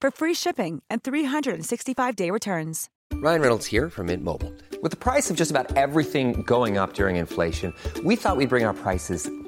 for free shipping and 365-day returns. Ryan Reynolds here from Mint Mobile. With the price of just about everything going up during inflation, we thought we'd bring our prices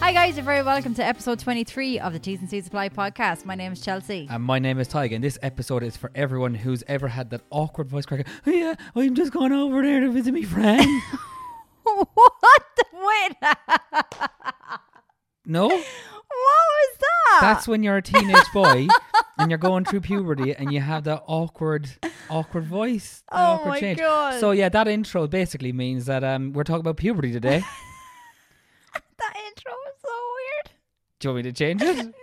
Hi guys, you're very welcome to episode 23 of the T's and C's Supply podcast. My name is Chelsea. And my name is Tyg, and this episode is for everyone who's ever had that awkward voice crack. Oh yeah, I'm just going over there to visit me friend. what the wait? no, What was that? that's when you're a teenage boy and you're going through puberty and you have that awkward, awkward voice. that Oh awkward my change. God. So yeah, that intro basically means that um, we're talking about puberty today. that intro was so Do you want me to change it? weird.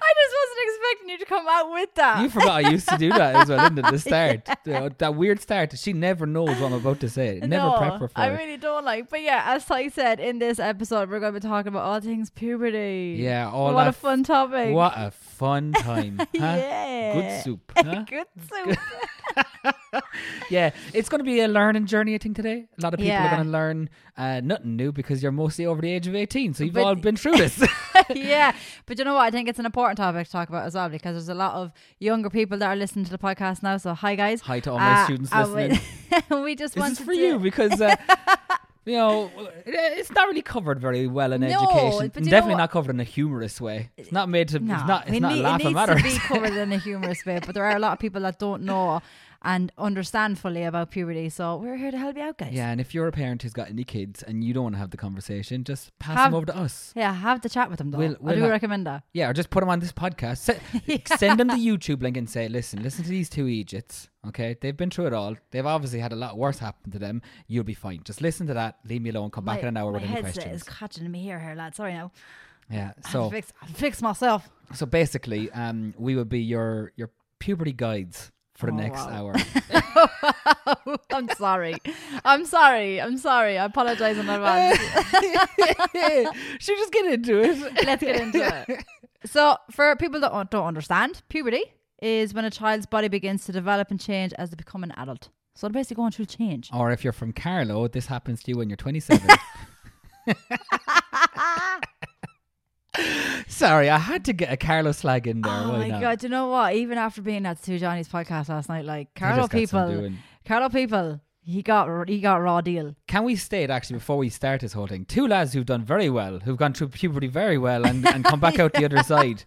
I just wasn't expecting you to come out with that. You forgot I used to do that as well, didn't it? The start, The- that weird start. She never knows what I'm about to say. Never no, prep her for I it. really don't like. But yeah, as Ty said, in this episode, we're going to be talking about all things puberty. Yeah, all What that a fun topic. What a fun time. huh? Yeah. Good soup. Huh? Good soup. Yeah, it's going to be a learning journey, I think, today. A lot of people Yeah. are going to learn uh, nothing new because you're mostly over the age of 18. So you've But- all been through this. yeah, but you know what? I think it's an important topic to talk about as well because there's a lot of younger people that are listening to the podcast now. So hi guys, Hi to all my students and We, we just this wanted is for to- you because. Uh, You know, it's not really covered very well in No, education. but you know Definitely what? not covered in a humorous way. It's not made to. No, it's not. It's we not need- a it laughing needs to matter. be covered in a humorous way, but there are a lot of people that don't know and understand fully about puberty. So we're here to help you out, guys. yeah, and if you're a parent who's got any kids and you don't want to have the conversation, just pass Have- them over to us. yeah. Have the chat with them though. We'll- I we'll do ha- recommend that. Yeah, or just put them on this podcast. Se- Send them the YouTube link and say, listen, listen to these two Egypts. Okay, they've been through it all. They've obviously had a lot worse happen to them. You'll be fine. Just listen to that. Leave me alone. Come back in an hour my with any headset questions. is catching me here, here, lad. Sorry now. yeah. I have So to fix, I have to fix myself. so basically, um, we would be your your puberty guides for the Oh, next wow. hour. I'm sorry. I'm sorry. I'm sorry. I apologize in advance. Should just get into it. Let's get into it. So, for people that don't- don't understand, puberty is when a child's body begins to develop and change as they become an adult. So, they're basically going through change. Or if you're from Carlow, this happens to you when you're 27. Sorry, I had to get a Carlo slag in there. Oh why my not? god! Do you know what? Even after being at Sue Johnny's podcast last night, like Carlo just got some people, doing. Carlo people, he got he got raw deal. Can we state actually before we start this whole thing? Two lads who've done very well, who've gone through puberty very well, and, and come back out the other side.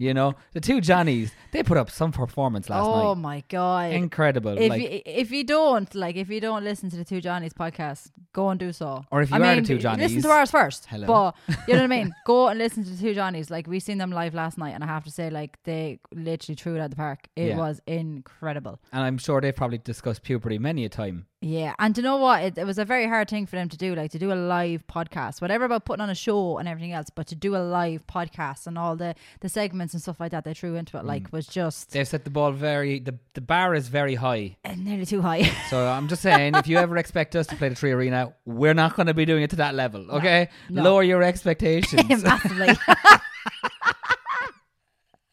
You know, the two Johnnies, they put up some performance last oh night. my god! Incredible! If like, you, if you don't like if you don't listen to the two Johnnies podcast, go and do so. Or if I you are the mean, two listen Johnnies, to ours first. hello. But you know what I mean. Go and listen to the two Johnnies. Like we seen them live last night, and I have to say, like they literally threw it out the park. It Yeah. was incredible. and I'm sure they've probably discussed puberty many a time Yeah, and do you know what? It, it was a very hard thing for them to do, like to do a live podcast, whatever about putting on a show and everything else, but to do a live podcast and all the the segments and stuff like that they threw into it, Mm. like was just They've set the ball very, the, the bar is very high. uh, nearly too high. So I'm just saying, if you ever expect us to play the Tree Arena, we're not going to be doing it to that level, okay? no. Lower your expectations. massively.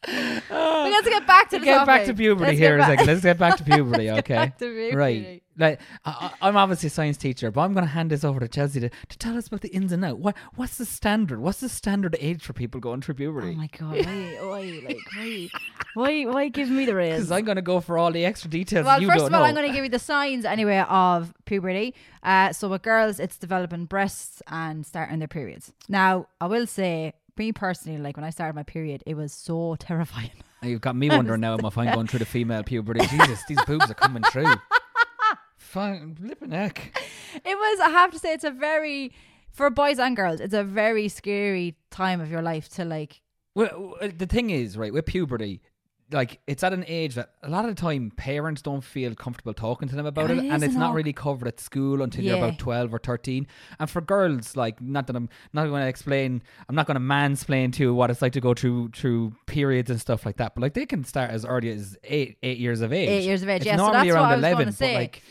we got to get back to the get back topic. to puberty Let's get here a back- second. Let's get back to puberty, okay? back to puberty. Right. Like I, I- I'm obviously a science teacher, but I'm going to hand this over to Chelsea to, to tell us about the ins and out. What what's the standard? What's the standard age for people going through Oh puberty? my god! Why, why, like, why, why, why give me the raise? Because I'm going to go for all the extra details. Well, you first don't of all, know. I'm going to give you the signs anyway of puberty. Uh, so with girls, it's developing breasts and starting their periods. Now, I will say, me personally, like when I started my period, it was so terrifying. You've got me wondering now, am I fine going through the female puberty? Jesus, these boobs are coming through. Fine, flipping heck. it was. I have to say, it's a very for boys and girls, it's a very scary time of your life to like. Well, well, the thing is, right, with puberty, like it's at an age that a lot of the time parents don't feel comfortable talking to them about It it, is and it's an not awk- really covered at school until Yeah. you're about twelve or thirteen. And for girls, like not that I'm not going to explain, I'm not going to mansplain to you what it's like to go through through periods and stuff like that. But like they can start as early as eight eight years of age. Eight years of age, It's yeah, so normally that's what around I was gonna eleven, say. but like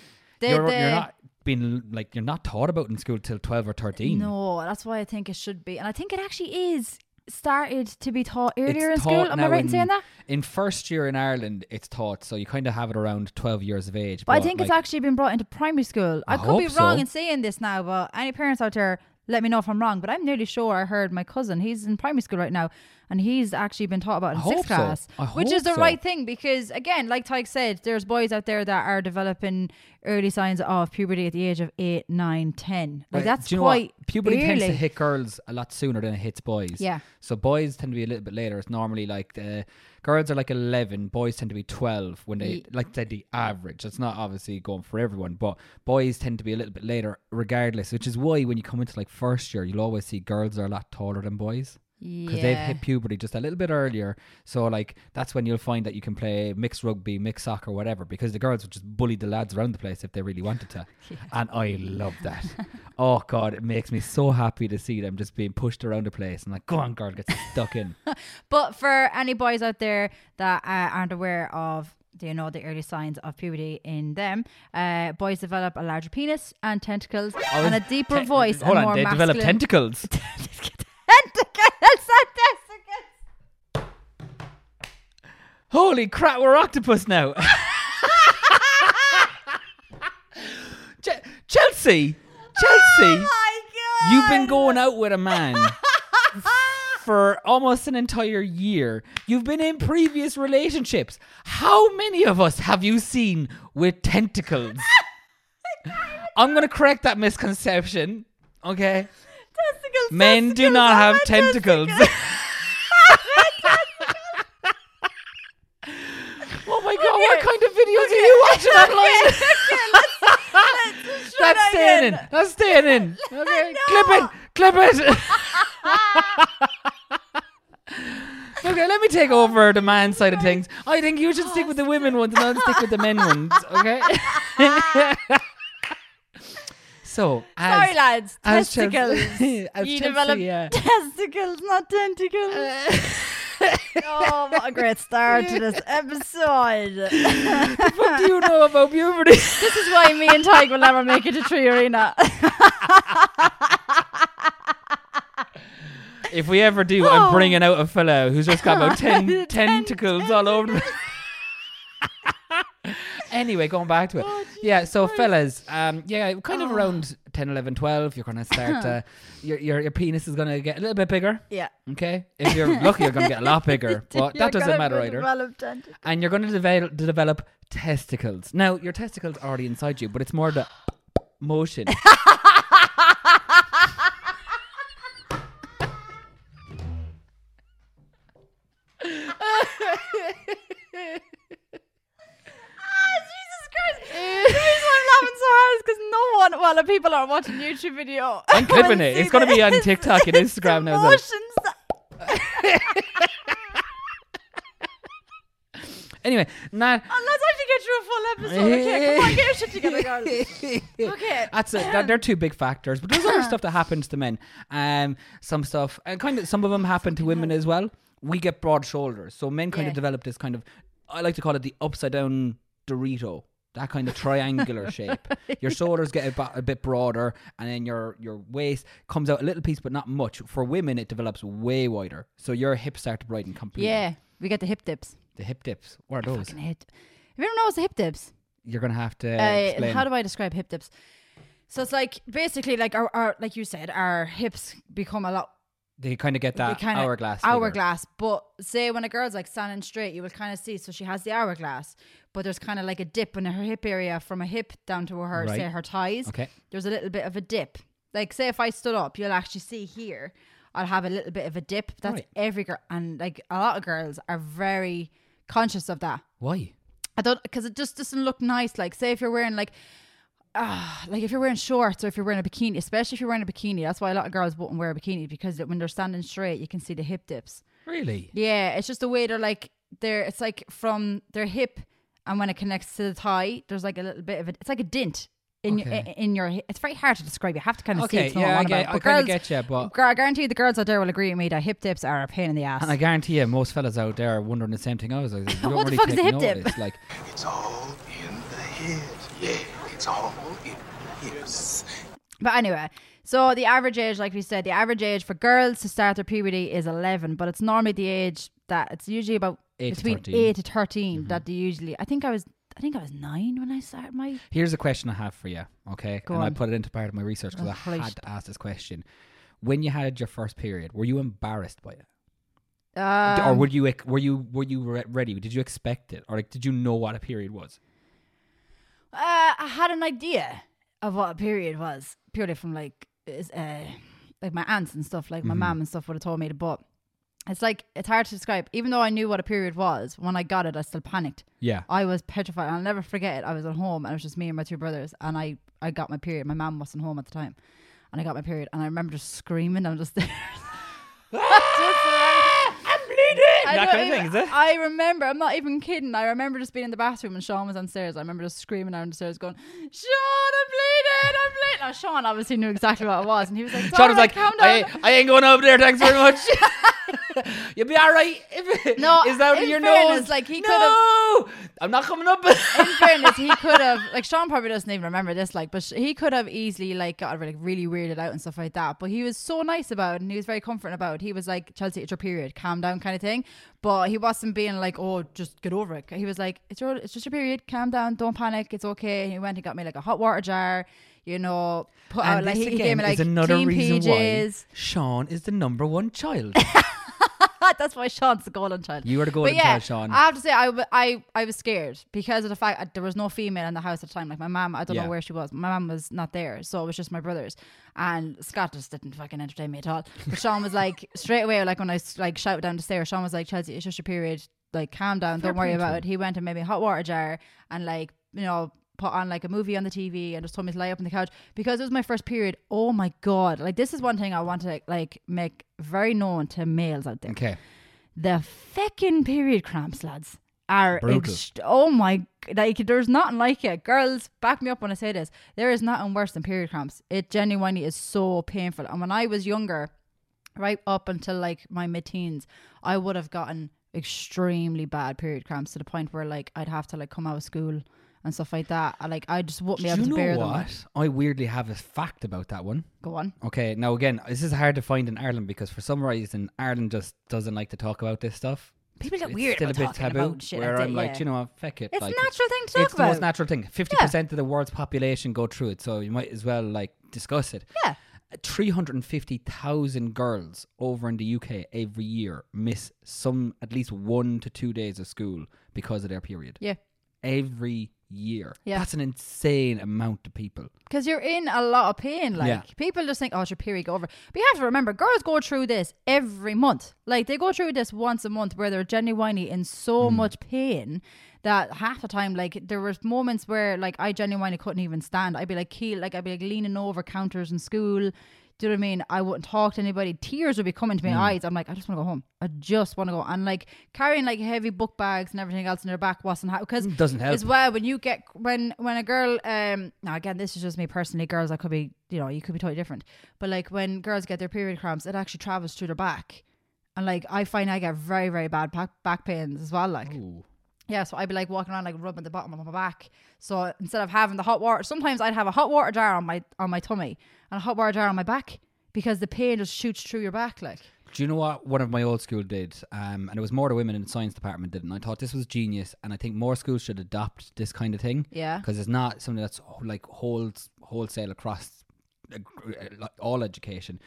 The- you're, the- you're not being like you're not taught about in school till twelve or thirteen. No, that's why I think it should be, and I think it actually is started to be taught It's earlier in taught school. Am I now right in saying that? In first year in Ireland, it's taught, so you kind of have it around 12 years of age. But I think it's like, actually been brought into primary school. I, I could be hope wrong so. in saying this now, but any parents out there, let me know if I'm wrong. But I'm nearly sure I heard my cousin, he's in primary school right now, and he's actually been taught about it in I hope sixth so. class, I which is the hope so. right thing because, again, like Tyke said, there's boys out there that are developing early signs of puberty at the age of eight, nine, ten. Like, Right, that's do you know what? quite Puberty early. tends to hit girls a lot sooner than it hits boys. Yeah. So boys tend to be a little bit later. It's normally like uh, girls are like 11, boys tend to be 12 when they, like they the average. It's not obviously going for everyone, but boys tend to be a little bit later regardless, which is why when you come into like first year, you'll always see girls are a lot taller than boys. because they've Yeah. hit puberty just a little bit earlier. So like that's when you'll find that you can play mixed rugby, mixed soccer, whatever. Because the girls would just bully the lads around the place if they really wanted to, and I love that. oh god, it makes me so happy to see them just being pushed around the place and like, go on, girl, get stuck in. But for any boys out there that uh, aren't aware of, you know, the early signs of puberty in them, uh, boys develop a larger penis and tentacles I and a was- deeper Oh, te- voice Hold and on, more they masculine. develop tentacles. tentacles and testicles. Holy crap, we're octopus now. Che- Chelsea, Chelsea. Oh My God. You've been going out with a man for almost an entire year. You've been in previous relationships. How many of us have you seen with tentacles? I'm going to correct that misconception. Okay. Testicles, Men do testicles, not oh have my tentacles. Oh my god, what kind of videos are you watching online? testicles. That's staying in. That's staying in. Okay. Clip it. Clip it. okay, let me take over the man side of things. I think you should stick with the women ones and I'll stick with the men ones. Okay. so, as, Sorry, lads. as Chelsea- Testicles. as you Chelsea, develop yeah. testicles, not tentacles. oh, what a great start to this episode. What do you know about puberty? This is why me and Tyke will never make it to Tree Arena. if we ever do, I'm bringing out a fellow who's just got about 10 tentacles all over the Anyway, going back to it. yeah, so fellas, um, yeah, kind of around 10, 11, 12, you're going to start, uh, your, your, your penis is going to get a little bit bigger. yeah. Okay? If you're lucky, you're going to get a lot bigger. But that doesn't matter either and you're going to develop, develop testicles. Now, your testicles are already inside you, but it's more the motion. Jesus Christ. the reason I'm laughing so hard is because no one, well, the people are watching YouTube video. I'm clipping will it. see It's gonna be on this. TikTok and It's Instagram now, emotions. Anyway, Nat. Oh, let's actually get through a full episode. Okay, come on, get your shit together, girls. Okay. That's it. They're, they're two big factors, but there's other stuff that happens to men. Um, some stuff, and kind of some of them happen to women as well. We get broad shoulders, so men kind Yeah. of develop this kind of, I like to call it the upside down Dorito. That kind of triangular shape. Your shoulders get a, ba- a bit broader, and then your your waist comes out a little piece, but not much. For women, it develops way wider, so your hips start to broaden completely. Yeah, we get the hip dips. the hip dips. What are those? Fucking hip. Have you ever noticed the hip dips? You're gonna have to uh, explain. how do I describe hip dips? So it's like basically like our, our like you said, our hips become a lot they kind of get they that kinda- hourglass. figure. hourglass. But say when a girl's like standing straight, you will kind of see. So she has the hourglass, but there's kind of like a dip in her hip area from a hip down to her say Right. her thighs. Okay. there's a little bit of a dip. Like say if I stood up, you'll actually see here. I'll have a little bit of a dip. That's Right. every girl, and like a lot of girls are very conscious of that. Why? I don't because it just doesn't look nice. Like say if you're wearing like. ah, like if you're wearing shorts or if you're wearing a bikini, especially if you're wearing a bikini, that's why a lot of girls won't wear a bikini because when they're standing straight, you can see the hip dips. Really? Yeah, it's just the way they're like they're it's like from their hip and when it connects to the thigh, there's like a little bit of it. It's like a dint. In, your Okay. in your, hi- it's very hard to describe. You have to kind of see Okay, it to know what yeah, I I'm on get- about. I But kinda girls- get ya, but- gir- I guarantee the girls out there will agree with me that hip dips are a pain in the ass. And I guarantee you, most fellas out there are wondering the same thing. I was like, you don't What the really fuck is take a hip dip? notice. Like, It's all in the hips. Yeah, it's all in the hips. But anyway, so the average age, like we said, the average age for girls to start their puberty is 11, but it's normally the age that it's usually about Eight to Mm-hmm. between 13. 8 to 13 that they usually. I think I was, I think I was nine when I started my. here's a question I have for you, okay? Go and I on. put it into part of my research because Oh, I Christ. had to ask this question. When you had your first period, were you embarrassed by it, D- or Um, were you ex- were you were you re- ready? Did you expect it, or like did you know what a period was? Uh, I had an idea of what a period was purely from like is uh like my aunts and stuff, like my Mm-hmm. mum and stuff would have told me to. But it's like it's hard to describe. Even though I knew what a period was, when I got it, I still panicked. Yeah. I was petrified. I'll never forget it. I was at home and it was just me and my two brothers, and I I got my period. My mum wasn't home at the time, and I got my period, and I remember just screaming down the stairs. I'm bleeding. That kind of thing, is it? I remember. I'm not even kidding. I remember just being in the bathroom and Sean was downstairs. I remember just screaming down the stairs, going, "Sean, I'm bleeding! I'm bleeding!" Now Sean obviously knew exactly what it was, and he was like, Sean was "Sorry, like, calm I, down." I ain't going over there. Thanks very much. You'll be all right. If it, No, is that in your fairness, nose? like, he could've- no, I'm not coming up. in fairness, he could have like Sean probably doesn't even remember this, like, but sh- he could have easily like got like really weirded out and stuff like that. But he was so nice about it, and he was very comforting about it. He was like, "Chelsea, it's your period, calm down," kind of thing. But he wasn't being like, "Oh, just get over it." He was like, "It's your, it's just your period, calm down, don't panic, it's okay." And he went and got me like a hot water jar, you know, put out Oh, and like this he, he gave again me like is another clean reason PJs. why Sean is the number one child. That's why Sean's the golden child. You were the But golden yeah, child, Sean. I have to say, I, w- I, I was scared because of the fact that there was no female in the house at the time. Like my mom, I don't Yeah. know where she was. My mom was not there, so it was just my brothers. And Scott just didn't fucking entertain me at all. But Sean was like straight away, like when I s- like shouted down the stairs, Sean was like, "Chelsea, it's just your period. Like calm down, don't worry about it." He went and made me a hot water jar and like you know. Put on like a movie on the TV and just told me to lie up on the couch because it was my first period. Oh my god! Like this is one thing I want to like make very known to males out there okay. the fucking period cramps, lads, are Brutal. ext- oh my g- like there's nothing like it. Girls, back me up when I say this. There is nothing worse than period cramps. It genuinely is so painful. And when I was younger, right up until like my mid-teens, I would have gotten extremely bad period cramps to the point where like I'd have to like come out of school and stuff like that. I, like I just wouldn't be Do able you to bear know them. what? I weirdly have a fact about that one. Go on. Okay, now again, this is hard to find in Ireland because for some reason Ireland just doesn't like to talk about this stuff. People get It's weird still about a bit talking taboo. about shit where like I'm that, like, yeah. you know, what, feck it. It's like, a natural thing to talk It's the most about. natural thing. Fifty percent of the world's population go through it, so you might as well like discuss it. Yeah. 350,000 girls over in the UK every year miss some at least one to two days of school because of their period. Yeah. Every year. Yeah. That's an insane amount of people. Because you're in a lot of pain. Like Yeah. people just think, oh, it's your period go over. But you have to remember, girls go through this every month. Like they go through this once a month where they're genuinely in so much pain that half the time, like there was moments where like I genuinely couldn't even stand. I'd be like keel, like I'd be like leaning over counters in school. Do you know what I mean? I wouldn't talk to anybody. Tears would be coming to my eyes. I'm like, I just want to go home. I just want to go. And like carrying like heavy book bags and everything else in their back wasn't how because Doesn't help. as well. When you get when when a girl um now again this is just me personally. Girls, I could be you know you could be totally different. But like when girls get their period cramps, it actually travels through their back. And like I find I get very very bad back back pains as well. Like yeah, so I'd be like walking around like rubbing the bottom of my back. So instead of having the hot water, sometimes I'd have a hot water jar on my on my tummy and a hot water jar on my back because the pain just shoots through your back like. Do you know what one of my old school did? Um, and it was more the women in the science department did, and I thought this was genius. And I think more schools should adopt this kind of thing. Yeah. because it's not something that's wh- like holds wholesale across uh, gr- uh, like all education.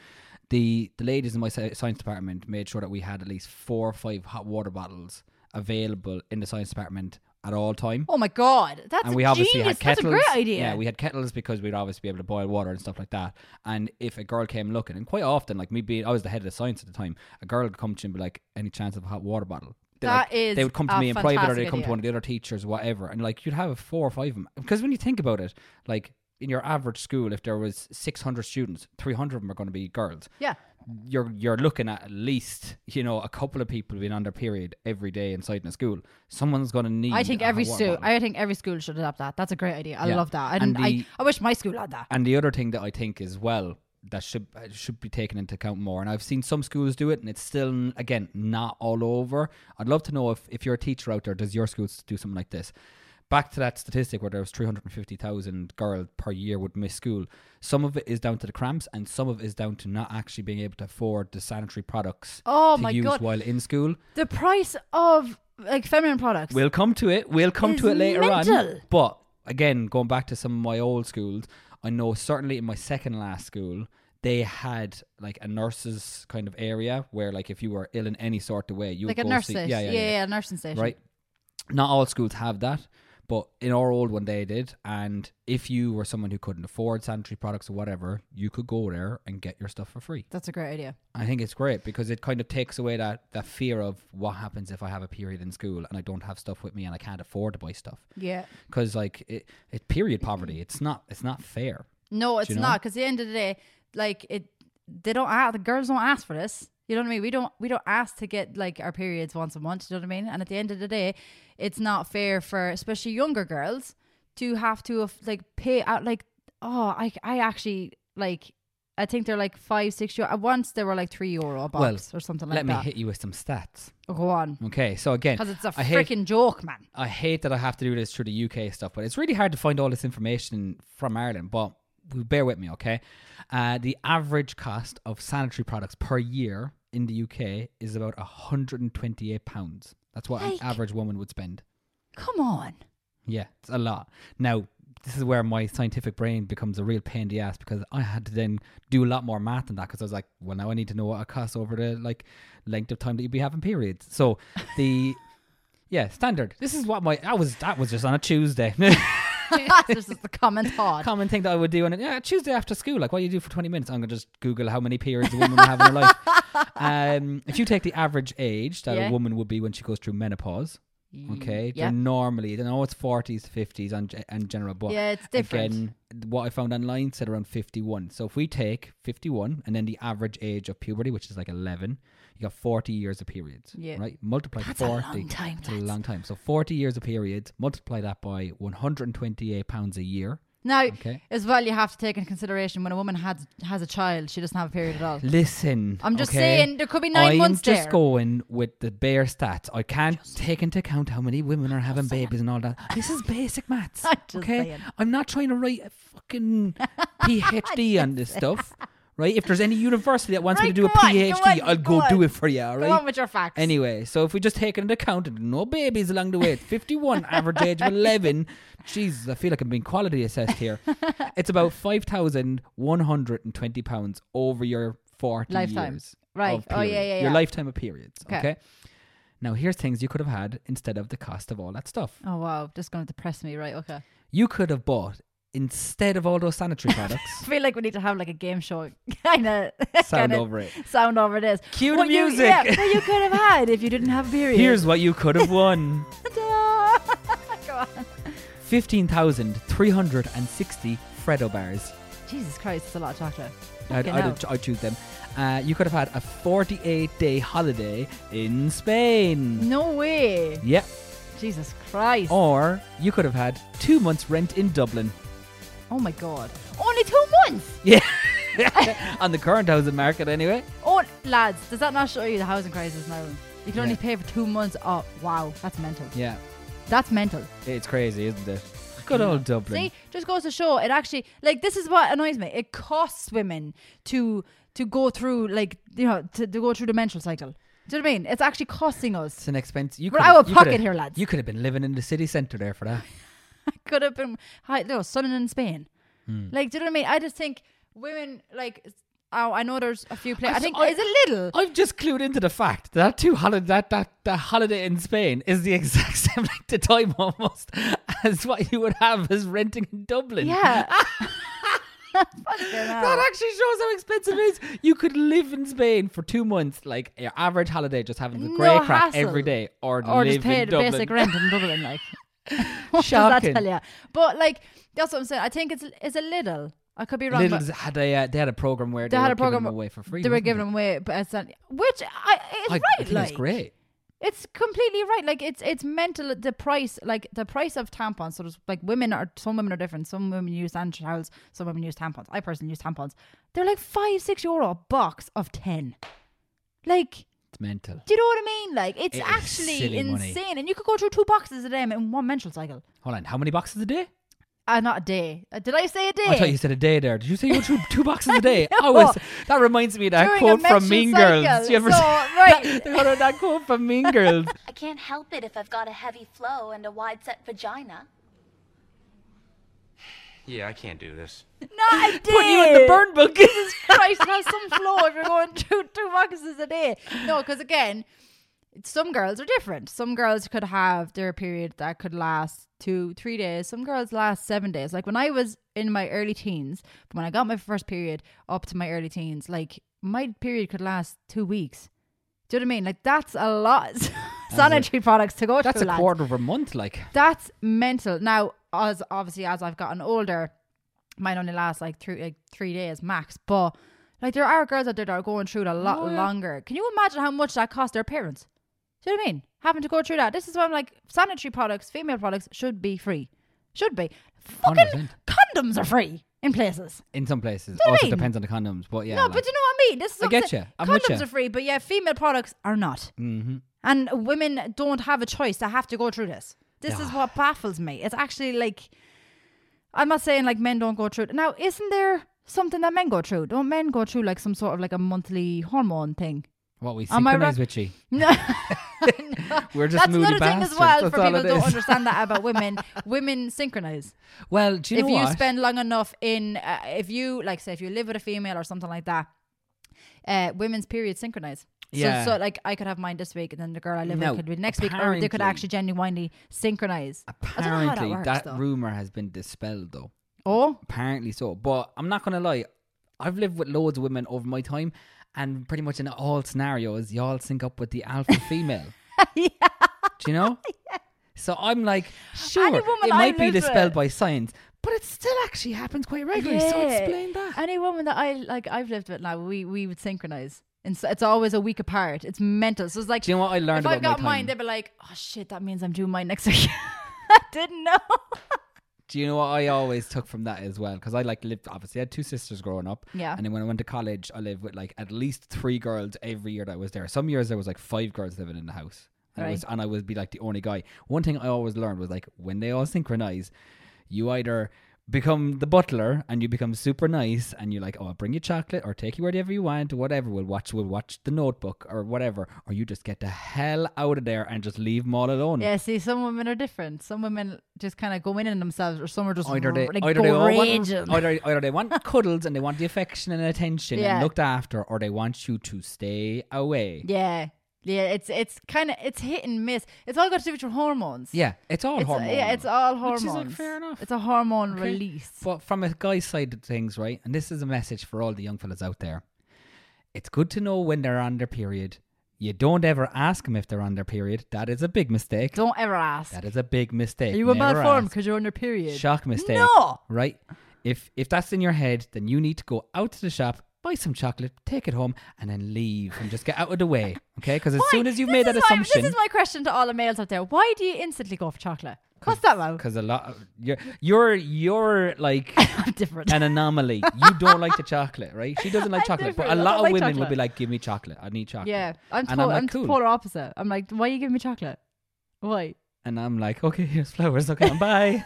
The the ladies in my sci- science department made sure that we had at least four or five hot water bottles available in the science department at all time. Oh my god, that's and we obviously genius. had kettles. That's a great idea. Yeah, we had kettles because we'd obviously be able to boil water and stuff like that. And if a girl came looking, and quite often, like me being, I was the head of the science at the time, a girl would come to you and be like, "Any chance of a hot water bottle?" They, That like, is They would come a to me in private, or fantastic they'd come idea. to one of the other teachers, whatever. And like you'd have four or five of them because when you think about it, like in your average school, if there was six hundred students, three hundred of them are going to be girls. Yeah. You're you're looking at at least you know a couple of people being on their period every day inside in a school. Someone's going to need. I think a hot every water school, bottle. I think every school should adopt that. That's a great idea. I Yeah. love that. I, And didn't, I the- I wish my school had that. And the other thing that I think as well that should uh, should be taken into account more, and I've seen some schools do it, and it's still n- again not all over. I'd love to know if if you're a teacher out there, does your school s- do something like this? Back to that statistic where there was 350,000 girls per year would miss school. Some of it is down to the cramps, and some of it is down to not actually being able to afford the sanitary products Oh to my use God. while in school. The price of like feminine products. We'll come to it. We'll come to is it later mental. on. But again, going back to some of my old schools, I know certainly in my second last school, they had like a nurses kind of area where like if you were ill in any sort of way, you like a would go nurse see, station. Yeah, yeah, yeah, nursing station. right? Not all schools have that, but in our old one they did. And if you were someone who couldn't afford sanitary products or whatever, you could go there and get your stuff for free. That's a great idea. I think it's great because it kind of takes away that, that fear of what happens if I have a period in school and I don't have stuff with me and I can't afford to buy stuff. Yeah. Because like it, it period poverty, it's not it's not fair. No, it's you know? not. Because at the end of the day, like it, they don't ask. The girls don't ask for this. You know what I mean? We don't. We don't ask to get like our periods once a month. You know what I mean? And at the end of the day, it's not fair for especially younger girls to have to af- like pay out. Like, oh, I, I actually like. I think they're like five, six euro. Once they were like three euro a box or something like let that. me hit you with some stats. Oh, go on, Okay, so again, because it's a I hate- freaking joke, man. I hate that I have to do this through the UK stuff, but it's really hard to find all this information from Ireland. But bear with me, okay? Uh, the average cost of sanitary products per year in the UK is about 128 pounds. That's what Like- an average woman would spend. Come on. Yeah, it's a lot. Now, this is where my scientific brain becomes a real pain in the ass because I had to then do a lot more math than that because I was like, well, now I need to know what it costs over the like length of time that you'd be having periods. So the yeah standard. This is what my that was that was just on a Tuesday. this is the comment hard. Common thing that I would do on it. Yeah, Tuesday after school. Like, what do you do for twenty minutes? I'm gonna just Google how many periods a woman would have in her life. Um, if you take the average age that Yeah. a woman would be when she goes through menopause, Okay, yeah. they're normally they know it's forties, fifties, and ge- and general. But Yeah, it's different. Again, what I found online said around fifty-one. So if we take fifty-one and then the average age of puberty, which is like eleven, you got forty years of periods. Yeah. right. Multiply That's a forty. long time, That's a lads. long time. So forty years of periods. Multiply that by one hundred and twenty-eight pounds a year. Now, Okay. as well, you have to take into consideration when a woman has has a child, she doesn't have a period at all. Listen, I'm just okay? saying there could be nine I'm months just there. going with the bare stats. I can't take into account how many women are having babies and all that. This is basic maths. I'm just okay, saying. I'm not trying to write a fucking PhD on this stuff. Right? If there's any university that wants me Right, to do a go on, go PhD, on, I'll go go, do on. it for you. All Go right. on with your facts. Anyway, so if we just take into account and no babies along the way, it's 51, average age of 11. Jesus, I feel like I'm being quality assessed here. It's about five thousand one hundred and twenty pounds over your forty Lifetime. years Right. of Oh, yeah, period. yeah, Your yeah. lifetime of periods. Okay. Okay. Now here's things you could have had instead of the cost of all that stuff. Oh wow, just gonna depress me, right? Okay. You could have bought instead of all those sanitary products. I feel like we need to have like a game show kind of Sound over it. Sound over this. Cue the What you- music. yeah, what you could have had if you didn't have a period. Here's what you could have won: Ta-da. Go on. fifteen thousand three hundred and sixty Freddo bars. Jesus Christ, it's a lot of chocolate. I'd, Fucking I'd, hell. I'd, choose them. Uh, you could have had a 48 day holiday in Spain. no way. Yep. Jesus Christ. Or you could have had two months' rent in Dublin. Oh my god. Only two months. Yeah. On the current housing market, anyway. Oh, lads, does that not show you the housing crisis in Ireland? You can only Yeah. pay for two months. Oh, wow, that's mental. Yeah. That's mental. It's crazy, isn't it? Good old Dublin. See, just goes to show it actually like this is what annoys me. It costs women to to go through like you know to, to go through the menstrual cycle. Do you know what I mean? It's actually costing us. It's an expense. You We're out could have- of you could pocket have- here, lads. You could have been living in the city centre there for that. could have been hi there was sunning in Spain. Hmm. Like, do you know what I mean? I just think women like oh, I know there's a few places. I s- think I- is it little? I've just clued into the fact that two holiday that, that that holiday in Spain is the exact same length the time almost as what you would have as renting in Dublin. Yeah. Oh. That actually shows how expensive it is. You could live in Spain for two months, like your average holiday, just having the No great crack hassle. every day, or, or live just pay in the Dublin. basic rent in Dublin, like. what Shocking. does that tell you? But like, that's what I'm saying. I think it's it's a little. I could be wrong. but- Lidl's had a uh, they had a program where they, they, had were a program giving them away for free. They were wasn't giving it? them away, but it's not, which I it's I, right. I think like it's great. it's completely right. Like it's it's mental. The price, like the price of tampons. So there's like women are some women are different. Some women use hand towels. Some women use tampons. I personally use tampons. They're like five six euro a box of ten. Like, It's mental. do you know what I mean? Like, it's It is actually silly money. insane, and you could go through two boxes of them in one menstrual cycle. Hold on, how many boxes a day? Uh, not a day. Uh, did I say a day? I thought you said a day there. Did you say you were two, two boxes a day? I was. That reminds me of that During a quote from menstrual Mean cycle, Girls. Do you ever so, see right. that, that- that quote from Mean Girls? I can't help it if I've got a heavy flow and a wide set vagina. Yeah, I can't do this. not a day. Put you in the burn book. Christ, have some flow if you're going through two boxes a day. No, because again, some girls are different. Some girls could have their period that could last two, three days. Some girls last seven days. Like when I was in my early teens, from when I got my first period up to my early teens, like my period could last two weeks. Do you know what I mean? Like that's a lot. Sanitary products to go That's through. a lads. quarter of a month, like. That's mental. Now, as obviously as I've gotten older, mine only lasts like three like three days max. But like there are girls out there that are going through it a lot longer. Can you imagine how much that cost their parents? Do you know what I mean? Having to go through that. This is why I'm like sanitary products, female products should be free. Should be. Fucking 100%. condoms are free in places. In some places. Do you know what Also I mean? depends on the condoms, but yeah. no, like- but you know what I mean? This is I what I'm get saying. ya. I'm with Condoms ya. Mm-hmm. are free, but yeah, female products are not. And women don't have a choice. They have to go through this. This Ah. is what baffles me. It's actually like, I'm not saying like men don't go through it. Now, isn't there something that men go through? Don't men go through like some sort of like a monthly hormone thing? What we Am I right? synchronize with you. No. We're just That's moody another bastards. thing as well That's for all people it who don't is. understand that about women. women synchronize Well, do you if know you what? spend long enough in uh, if you like say if you live with a female or something like that uh women's periods synchronize Yeah. so, so like i could have mine this week and then the girl i live Now, with could be next week or they could apparently- actually genuinely synchronize I don't know how Apparently, works, that though. rumor has been dispelled, though. oh Apparently so. But I'm not gonna lie, I've lived with loads of women over my time, and pretty much in all scenarios, y'all sync up with the alpha female. Do you know? So I'm like, sure, Any woman it I might be lived with- dispelled by science, but it still actually happens quite regularly. So Yeah. explain that. any woman that i like i've lived with now we we would synchronize and so it's always a week apart it's mental so it's like Do you know what I learned if i've about my got mine time? they'd be like oh shit that means i'm doing mine next week i didn't know Do you know what I always took from that as well? Because I like lived obviously I had two sisters growing up. Yeah. And then when I went to college, I lived with like at least three girls every year that I was there. Some years there was like five girls living in the house. And, it Right. was, and I would be like the only guy. One thing I always learned was like when they all synchronize, you either become the butler and you become super nice and you're like, oh, I'll bring you chocolate or take you wherever you want, whatever. We'll watch, we'll watch the notebook or whatever. Or you just get the hell out of there and just leave them all alone. Yeah, see, some women are different. Some women just kind of go in on themselves, or some are just either Oh, they r- like either go they "Oh, all want, raging. either, either they want cuddles and they want the affection and attention Yeah. and looked after or they want you to stay away yeah, yeah. It's it's kind of it's hit and miss. It's all got to do with your hormones. yeah it's all it's, uh, hormones Yeah, it's all Which hormones. is, like, fair enough. It's a hormone Okay. release. but from a guy's side of things right and this is a message for all the young fellas out there it's good to know when they're on their period you don't ever ask them if they're on their period that is a big mistake Don't ever ask. that is a big mistake are you in Never bad form ask. because you're on your period? shock mistake No. right If if that's in your head, then you need to go out to the shop, buy some chocolate, take it home, and then leave and just get out of the way. Okay? Because as soon as you've This made is that my- assumption, this is my question to all the males out there. Why do you instantly go for chocolate? What's that about? because a lot of, you're you're you're like different. an anomaly. You don't like the chocolate, right? She doesn't like I'm chocolate, but a different. I lot don't of like women will chocolate. be like, "Give me chocolate. I need chocolate." Yeah, I'm, and to- I'm like, I'm the "Cool." polar opposite. I'm like, why are you giving me chocolate? Why? And I'm like, "Okay, here's flowers. Okay, and bye."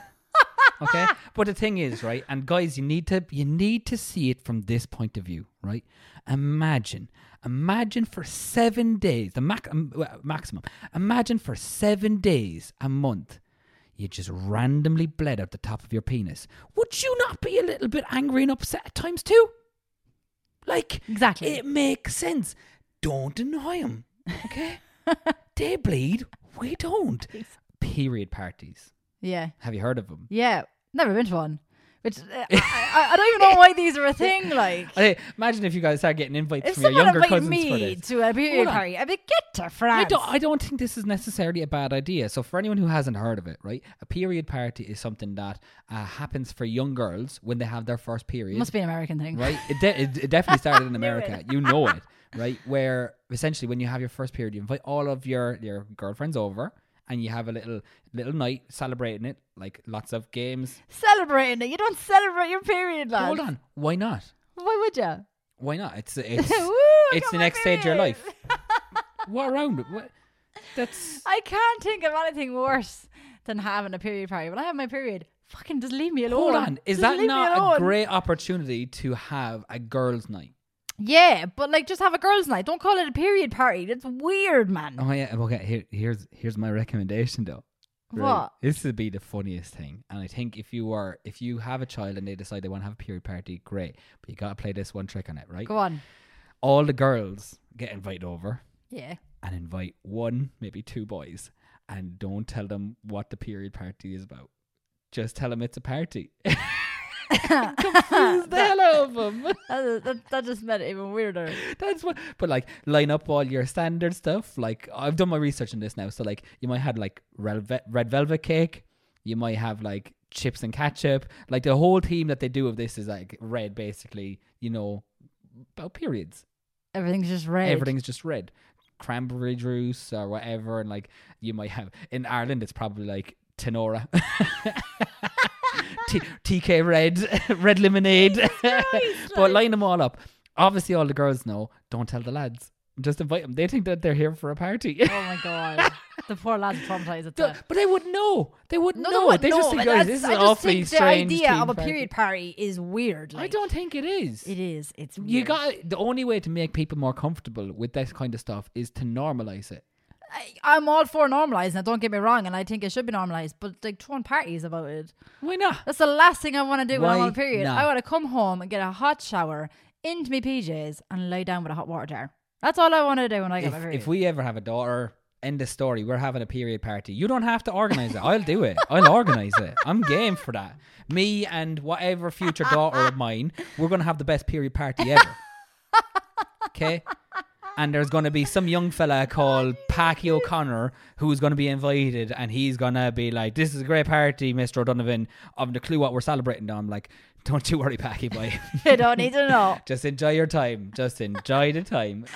okay, but the thing is, right? And guys, you need to you need to see it from this point of view, right? Imagine, imagine for seven days, the mac- um, well, maximum. Imagine for seven days a month. You just randomly bled out the top of your penis. Would you not be a little bit angry and upset at times too? Like exactly, it makes sense. Don't annoy them, okay? they bleed, we don't. Period parties. Yeah, Have you heard of them? yeah. Never been to one. Which uh, I, I, I don't even know why these are a thing. Like, Hey, imagine if you guys start getting invites if from your someone younger invited cousins for me this. to a beauty Hold on. party, I'd be get to France. I don't. I don't think this is necessarily a bad idea. So, for anyone who hasn't heard of it, right, a period party is something that uh, happens for young girls when they have their first period. Must be an American thing, right? It, de- it- it definitely started in Knew it. America. You know it, right? Where essentially, when you have your first period, you invite all of your your girlfriends over, and you have a little little night celebrating it, like lots of games. Celebrating it. You don't celebrate your period, lad. Hold on, why not? Why would you? Why not? It's it's Woo, it's got the my next stage of your period. life. what around? it? What? That's I can't think of anything worse than having a period party. When I have my period, fucking just leave me alone. Hold on. Is Just that leave me not alone. a great opportunity to have a girls' night? Yeah, but like just have a girls' night. Don't call it a period party. That's weird, man. Oh yeah. Okay. Here, here's here's my recommendation though. What? This would be the funniest thing, and I think if you are if you have a child and they decide they want to have a period party, great. But you gotta play this one trick on it, right? Go on. All the girls get invited over Yeah. and invite one, maybe two boys, and don't tell them what the period party is about. Just tell them it's a party. Confuse the hell out of them. That, that, that just made it even weirder. That's what. But like, line up all your standard stuff. Like, I've done my research on this now. So like, you might have like red velvet, red velvet cake. You might have like chips and ketchup. Like the whole theme that they do of this is like red, basically. You know, about periods. Everything's just red. Everything's just red. Cranberry juice or whatever, and like you might have in Ireland, it's probably like tenora. T- TK Red, Red Lemonade. but line them all up. Obviously, all the girls know. Don't tell the lads. Just invite them. They think that they're here for a party. Oh my god. the poor lad's traumatized at Don't- that. but they wouldn't know. They wouldn't know. what? They just think, but that's- guys, this is I an just awfully think strange The idea themed of a party. period party is weird. I Like, don't think it is. It is. It's weird. You got the only way to make people more comfortable with this kind of stuff is to normalize it. I, I'm all for normalizing it. Don't get me wrong, and I think it should be normalized. But like throwing parties about it, Why not? that's the last thing I want to do when I'm Why on a period. not? I want to come home and get a hot shower into my PJs and lie down with a hot water jar. That's all I want to do when I get if, my period. if we ever have a daughter, end the story. We're having a period party. You don't have to organize it. I'll do it. I'll organize it. I'm game for that. Me and whatever future daughter of mine, we're gonna have the best period party ever. Okay. And there's going to be some young fella called Packy O'Connor who's going to be invited, and he's going to be like, This is a great party, Mr. O'Donovan. I'm the clue what we're celebrating. Now I'm like, Don't you worry, Packy, boy. I don't need to know. Just enjoy your time. Just enjoy the time.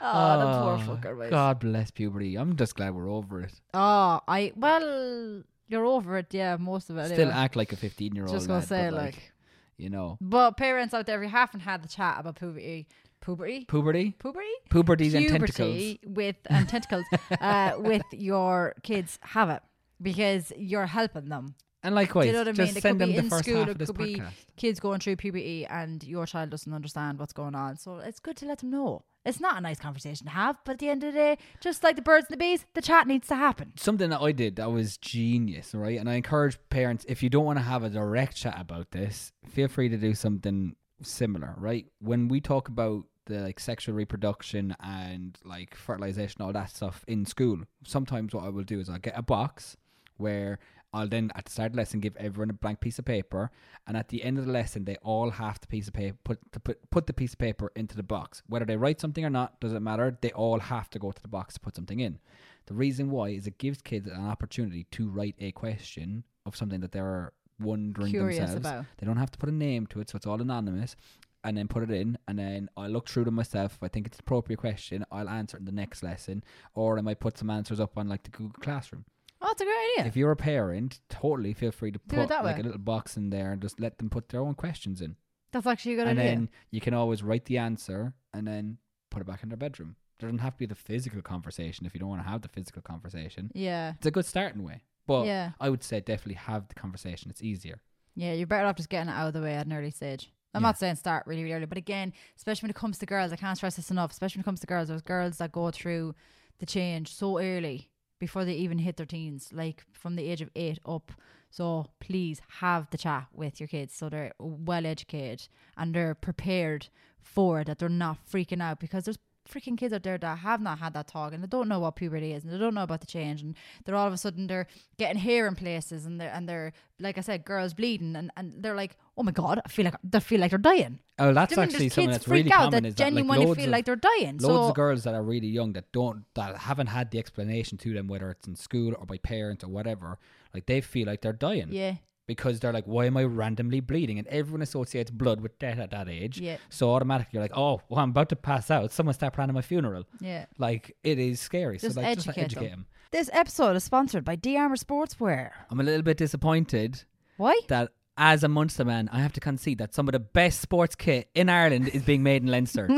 Oh, the Oh, poor fucker. Right? God bless puberty. I'm just glad we're over it. Oh, I well, you're over it. Yeah, most of it. Still anyway. act like a 15 year old. Just gonna say, like- you know, But parents out there, we haven't had the chat about puberty, puberty, puberty, puberty, puberties and puberty tentacles. with and tentacles uh, with your kids. Have it because you're helping them. And likewise, Do you know what I mean? just It send could them be the in first school, half it of this could podcast. be kids going through puberty, and your child doesn't understand what's going on. So it's good to let them know. It's not a nice conversation to have, but at the end of the day, just like the birds and the bees, the chat needs to happen. Something that I did that was genius, right? And I encourage parents if you don't want to have a direct chat about this, feel free to do something similar, right? When we talk about the like sexual reproduction and like fertilization, all that stuff in school, sometimes what I will do is I'll get a box where I'll then at the start of the lesson give everyone a blank piece of paper, and at the end of the lesson they all have the piece of paper put to put put the piece of paper into the box. Whether they write something or not doesn't matter. They all have to go to the box to put something in. The reason why is it gives kids an opportunity to write a question of something that they're wondering Curious themselves. about. They don't have to put a name to it, so it's all anonymous. And then put it in, and then I look through them myself. If I think it's an appropriate question, I'll answer it in the next lesson, or I might put some answers up on like the Google Classroom. Oh, that's a great idea. If you're a parent, totally feel free to Do it put that like way. a little box in there and just let them put their own questions in. That's actually a good and idea. then you can always write the answer and then put it back in their bedroom. There doesn't have to be the physical conversation if you don't want to have the physical conversation. Yeah. It's a good starting way. But Yeah. I would say definitely have the conversation. It's easier. Yeah, you're better off just getting it out of the way at an early stage. I'm not saying start really, really early, but again, especially when it comes to girls, I can't stress this enough. Especially when it comes to girls, there's girls that go through the change so early before they even hit their teens, like from the age of eight up. So please have the chat with your kids so they're well educated and they're prepared for it, that they're not freaking out because there's freaking kids out there that have not had that talk and they don't know what puberty is and they don't know about the change and they're all of a sudden they're getting hair in places and they're and they're like I said girls bleeding and, and they're like oh my god I feel like they feel like they're dying Oh, that's Do you know what I mean? actually There's something kids that's really freak out common. that is that, like, genuinely loads feel of- like they're dying Loads so of girls that are really young that don't that haven't had the explanation to them, whether it's in school or by parents or whatever. Like they feel like they're dying. yeah because they're like, why am I randomly bleeding? And everyone associates blood with death at that age. Yeah. So automatically you're like, oh, well, I'm about to pass out. Someone start planning my funeral. yeah Like it is scary. just, so like, just like, educate, educate them. them. This episode is sponsored by D Armour Sportswear. I'm a little bit disappointed Why? that as a Munster man, I have to concede that some of the best sports kit in Ireland is being made in Leinster.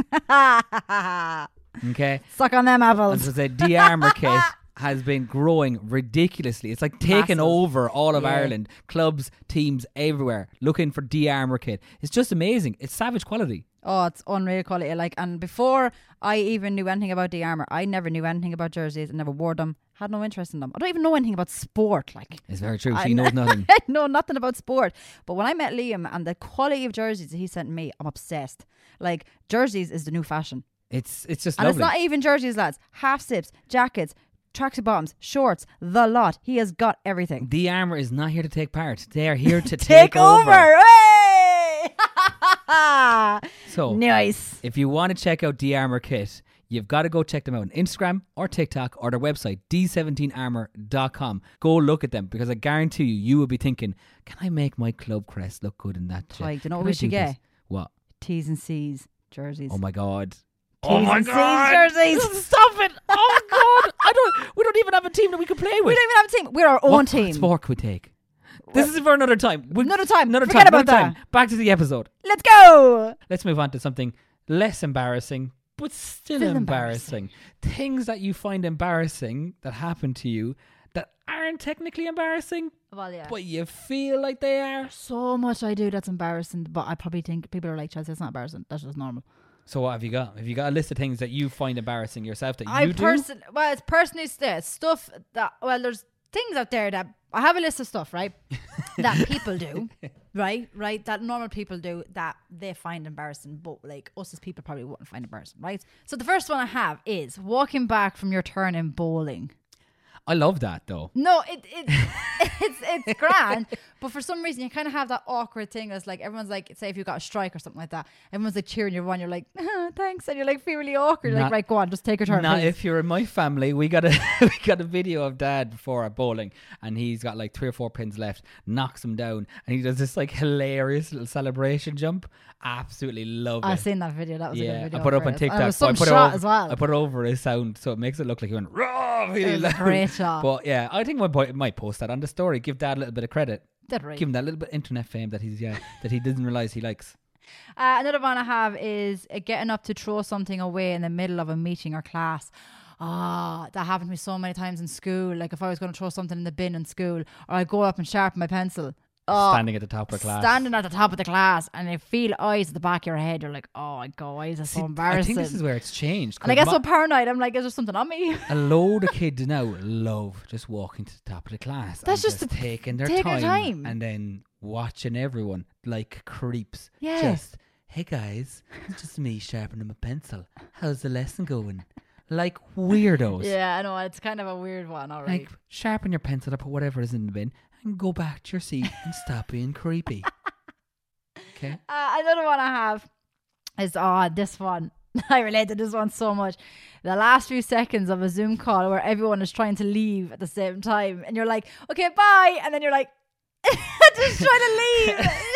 okay. Suck on them And apples. so the de armor kit has been growing ridiculously. It's like taken Massive. over all of Yeah. Ireland. Clubs, teams everywhere looking for de armor kit. It's just amazing. It's savage quality. Oh, it's unreal quality. Like, and before I even knew anything about the armor, I never knew anything about jerseys. I never wore them. Had no interest in them. I don't even know anything about sport. Like, It's very true. I She knows nothing. I know nothing about sport. But when I met Liam and the quality of jerseys that he sent me, I'm obsessed. Like, jerseys is the new fashion. It's it's just And lovely. it's not even jerseys, lads. Half sips, jackets, tracksuit bottoms, shorts, the lot. He has got everything. the armor is not here to take part. They are here to e- Take over. Hey! So nice. If you want to check out the Armor Kit, you've got to go check them out on Instagram or TikTok or their website, d17armor.com. Go look at them because I guarantee you, you will be thinking, can I make my club crest look good in that? jet? Tyke, do you know what Can I we should do this?" get? What? T's and C's jerseys. Oh my God. T's and C's jerseys. Stop it! Oh my god! I don't. We don't even have a team that we can play with. We don't even have a team. We're our own What team. sport could we take? This is for another time. We- Another time. Another Forget time. about another time. that. Back to the episode. Let's go. Let's move on to something less embarrassing, but still, Still embarrassing. Things that you find embarrassing that happen to you that aren't technically embarrassing, Well, yeah. but you feel like they are. So much I do that's embarrassing, but I probably think people are like, Chelsea, it's not embarrassing. That's just normal. So what have you got? Have you got a list of things that you find embarrassing yourself that I you do? person well, it's personally st- stuff that well, there's things out there that I have a list of stuff right that people do, right, right, that normal people do that they find embarrassing, but like us as people probably wouldn't find embarrassing, right? So the first one I have is walking back from your turn in bowling. I love that though. No, it, it it's it's grand, but for some reason you kind of have that awkward thing that's like everyone's like, say if you got a strike or something like that, everyone's like cheering you on, you're like thanks, and you're like feel really awkward, You're Not- like right, go on, just take your turn. Now, please." if you're in my family, we got a we got a video of Dad before at bowling, and he's got like three or four pins left. Knocks him down, and he does this like hilarious little celebration jump. Absolutely love I've it. seen that video. That was a good yeah, video. I put it up for on it. And TikTok. it was but some I put shot it over, as well. I put it over his sound, so it makes it look like he went raw It really was a loud. great shot. But yeah, I think my boy might post that on the story. Give Dad a little bit of credit. Did right. Give him that little bit of internet fame that he's yeah that he doesn't realize he likes. Uh, another one I have is uh, getting up to throw something away in the middle of a meeting or class. Ah, that happened to me so many times in school. Like if I was going to throw something in the bin in school, or I go up and sharpen my pencil. Oh, Standing at the top of class. Standing at the top of the class, and you feel eyes at the back of your head. You're like, oh my god, why is this so See, I embarrassing? think this is where it's changed. and I get my- so paranoid. I'm like, is there something on me? a load of kids now love just walking to the top of the class. That's and just the- taking their take time, their time. and then watching everyone like creeps. Yeah. Just hey guys, it's just me sharpening my pencil. How's the lesson going? Like weirdos. yeah, I know it's kind of a weird one. All right. Like sharpen your pencil up, put whatever is in the bin, and go back to your seat and stop being creepy. Okay. Uh, another one I have is oh this one. I relate to this one so much. The last few seconds of a Zoom call where everyone is trying to leave at the same time, and you're like, "Okay, bye," and then you're like, just trying to leave.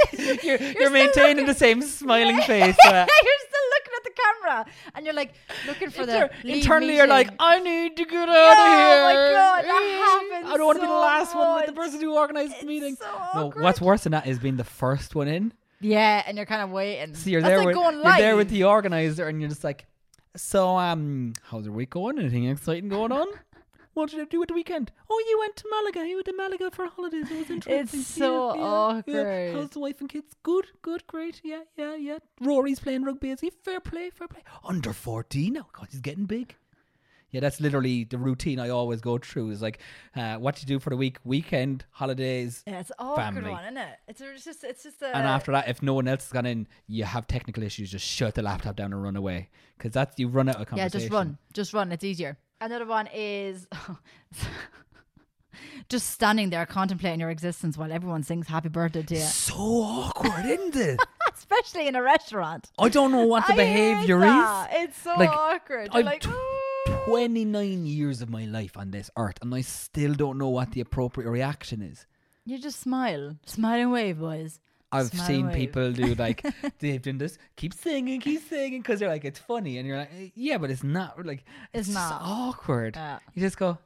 You're, you're, still maintaining looking- the same smiling face. you're uh, still looking at the camera and you're like looking for the inter- lead internally, you're like, meeting. I need to get out Oh of here. my god, that happens. I don't want to be the so last one with the much. person who organized the meeting. so no, awkward. what's worse than that is being the first one in. Yeah, and you're kind of waiting. "Oh." So you're That's there like with going you're there with live. the organizer, and you're just like, so um, how's your week going? Anything exciting going on? What did you do at the weekend? Oh, you went to Malaga. You went to Malaga for holidays. It was interesting. so awkward. How's the wife and kids? Good, good, great. Yeah, yeah, yeah. Rory's playing rugby. Is he fair play? Fair play. Under fourteen. Oh God, he's getting big. Yeah, that's literally the routine I always go through. Is like, uh, what you do for the week, weekend, holidays, Yeah, it's an awkward family. one, isn't it? It's, it's just it's just a And after that, if no one else has gone in, you have technical issues. Just shut the laptop down and run away because that's you run out of yeah, conversation. just run, just run. It's easier. Another one is just standing there contemplating your existence while everyone sings "Happy Birthday" to you, So awkward, isn't it? especially in a restaurant. I don't know what the I hate behavior that. is. It's so awkward. You're I've like, tw- 29 years of my life on this earth, and I still don't know what the appropriate reaction is. You just smile, smile and wave, boys. I've Smile seen and wave. people do like they've done this, keep singing, keep singing, because they're like it's funny, and you're like, "Eh, yeah, but it's not like It's just not. awkward. Yeah. You just go,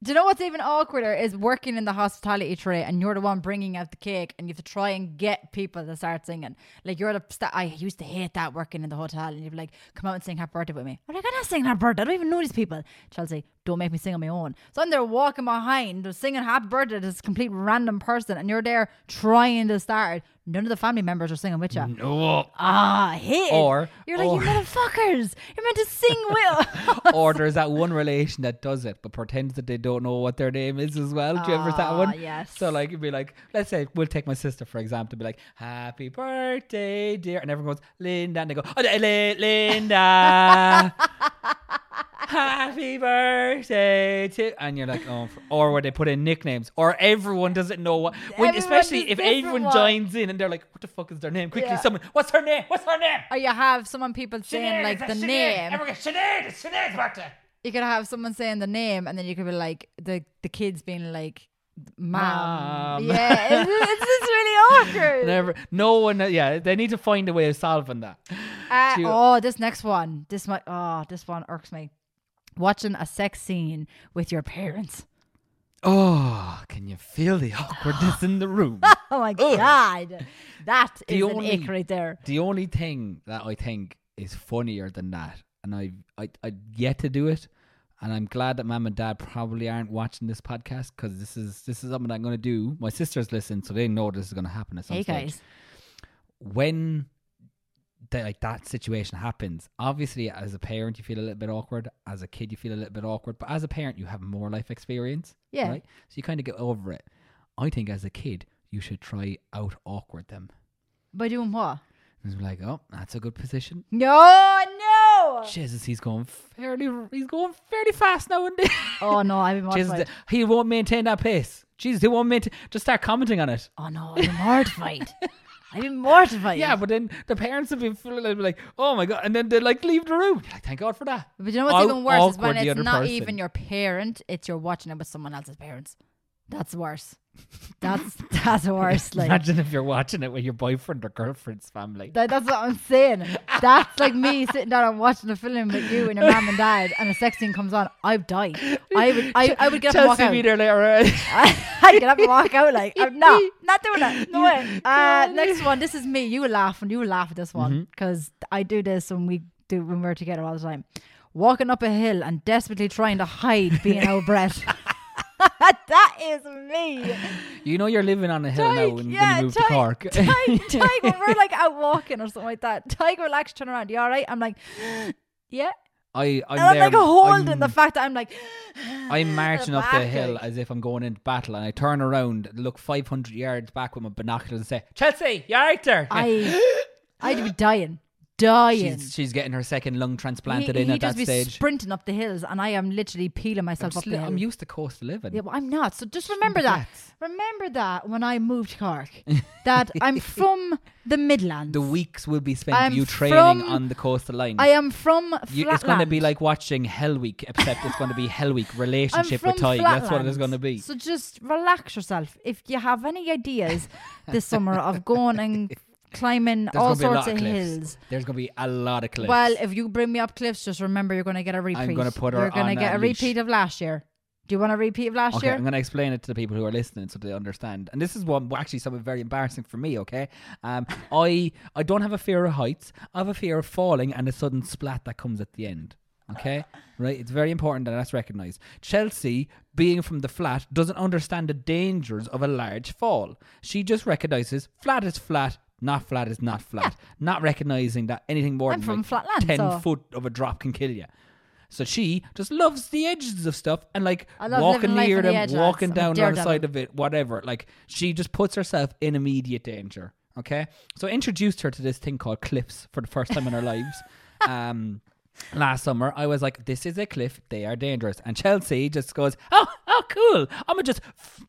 Do you know what's even awkwarder is working in the hospitality tray and you're the one bringing out the cake and you have to try and get people to start singing. Like you're the sta- I used to hate that working in the hotel and you'd be like, come out and sing happy birthday with me. I'm like, I'm not singing happy birthday. I don't even know these people. Chelsea, don't make me sing on my own. So I'm there walking behind singing happy birthday to this complete random person and you're there trying to start. None of the family members are singing with you. no. Ah, hit. Or- you're like, or- you motherfuckers. You're meant to sing with. or there's that one relation that does it but pretends that they don't know what their name is as well. Do you ever see that Ah, one? yes. So like you'd be like, let's say we'll take my sister for example, to be like, Happy birthday, dear and everyone goes, Linda and they go, "Oh, li- li- Linda Happy birthday to and you're like, oh f- or where they put in nicknames. Or everyone doesn't know what when, Everyone does especially if different everyone ones. joins in and they're like, What the fuck is their name? Quickly, Yeah. someone, what's her name? What's her name? or you have someone people saying Sinead, like the it's a Sinead. name. Everyone goes, Sinead, it's Sinead's birthday. You could have someone saying the name, and then you could be like the the kids being like, "Mom." Mom. Yeah, it's, it's just really awkward. Never, no one. Yeah, they need to find a way of solving that. Uh, Do you- oh, this next one. This one. Oh, this one irks me. Watching a sex scene with your parents. Oh, can you feel the awkwardness in the room? Oh my Ugh. god, that is The an only- ick right there. The only thing that I think is funnier than that, and I, I, I yet to do it, and I'm glad that mom and dad probably aren't watching this podcast because this is this is something I'm going to do. My sisters listen, so they know this is going to happen at some Hey stage. guys, when that like that situation happens, obviously as a parent you feel a little bit awkward. As a kid you feel a little bit awkward, but as a parent you have more life experience. Yeah. Right? So you kind of get over it. I think as a kid you should try out awkward them. by doing what? It's like, oh, that's a good position. No, no. Jesus, he's going fairly. He's going fairly fast now, isn't he? Oh no, I've been Jesus, mortified. he won't maintain that pace. Jesus, he won't maintain. Just start commenting on it. Oh no, I've been mortified. I've been mortified. Yeah, but then the parents have been feeling they'll be like, oh my god, and then they like leave the room. You're like, thank God for that. But you know what's How even worse is when awkward the it's other not person. even your parent; it's you're watching it with someone else's parents. That's worse. That's that's worse. Like Imagine if you're watching it with your boyfriend or girlfriend's family. that, that's what I'm saying. That's like me sitting down and watching a film with you and your mom and dad, and a sex scene comes on. I'd die. I would. I, I would get up and walk Chelsea out. be there later. I'd get up and walk out. Like I'm not not doing it. No way. Uh, next one. This is me. You will laugh and you will laugh at this one Mm-hmm. because I do this when we do when we're together all the time. Walking up a hill and desperately trying to hide being out of breath. that is me. you know you're living on a hill now when, when you move to Cork. Tyke, Tyke, when we're like out walking or something like that. Tyke, relax, turn around. You all right? I'm like, yeah. I, I'm, And I'm there, like holding the I'm- fact that I'm like, I'm marching up the back, hill like- as if I'm going into battle, and I turn around, look 500 yards back with my binoculars, and say, "Chelsea, you're right there." I, I'd be dying, dying. She's, she's getting her second lung transplanted he, in he at just that be stage. sprinting up the hills, and I am literally peeling myself I'm, up sli- the hill. I'm used to coastal living. Yeah, but I'm not. So just remember that. Remember that when I moved to Cork, that I'm from the Midlands. the weeks will be spent I'm you training from- on the coastal line. I am from You, it's going to be Flatland. like watching Hell Week, except it's going to be Hell Week I'm relationship from with Ty. That's what it is Flatlands. going to be. So just relax yourself. If you have any ideas this summer of going and climbing There's all gonna be a sorts lot of, of cliffs. hills. There's going to be a lot of cliffs. Well, if you bring me up cliffs, just remember you're going to get a repeat. I'm gonna put her You're gonna on get a a, leash. repeat of last year. Do you want a repeat of last okay, year? I'm going to explain it to the people who are listening so they understand. And this is one actually something very embarrassing for me. Okay, um, I I don't have a fear of heights. I have a fear of falling and a sudden splat that comes at the end. Okay, right. It's very important that that's recognised. Chelsea, being from the flat, doesn't understand the dangers of a large fall. She just recognises flat is flat. Not flat is not flat. Not recognizing that anything more I'm than from like Flatland, ten so- foot of a drop can kill you. So she just loves the edges of stuff and like I love walking living life near on the them, edge, lads. walking I'm a down the other daredevil. side of it, whatever. Like she just puts herself in immediate danger. Okay, so I introduced her to this thing called cliffs for the first time in her lives. Um, last summer, I was like, "This is a cliff; they are dangerous." And Chelsea just goes, "Oh, oh, cool! I'm gonna just f-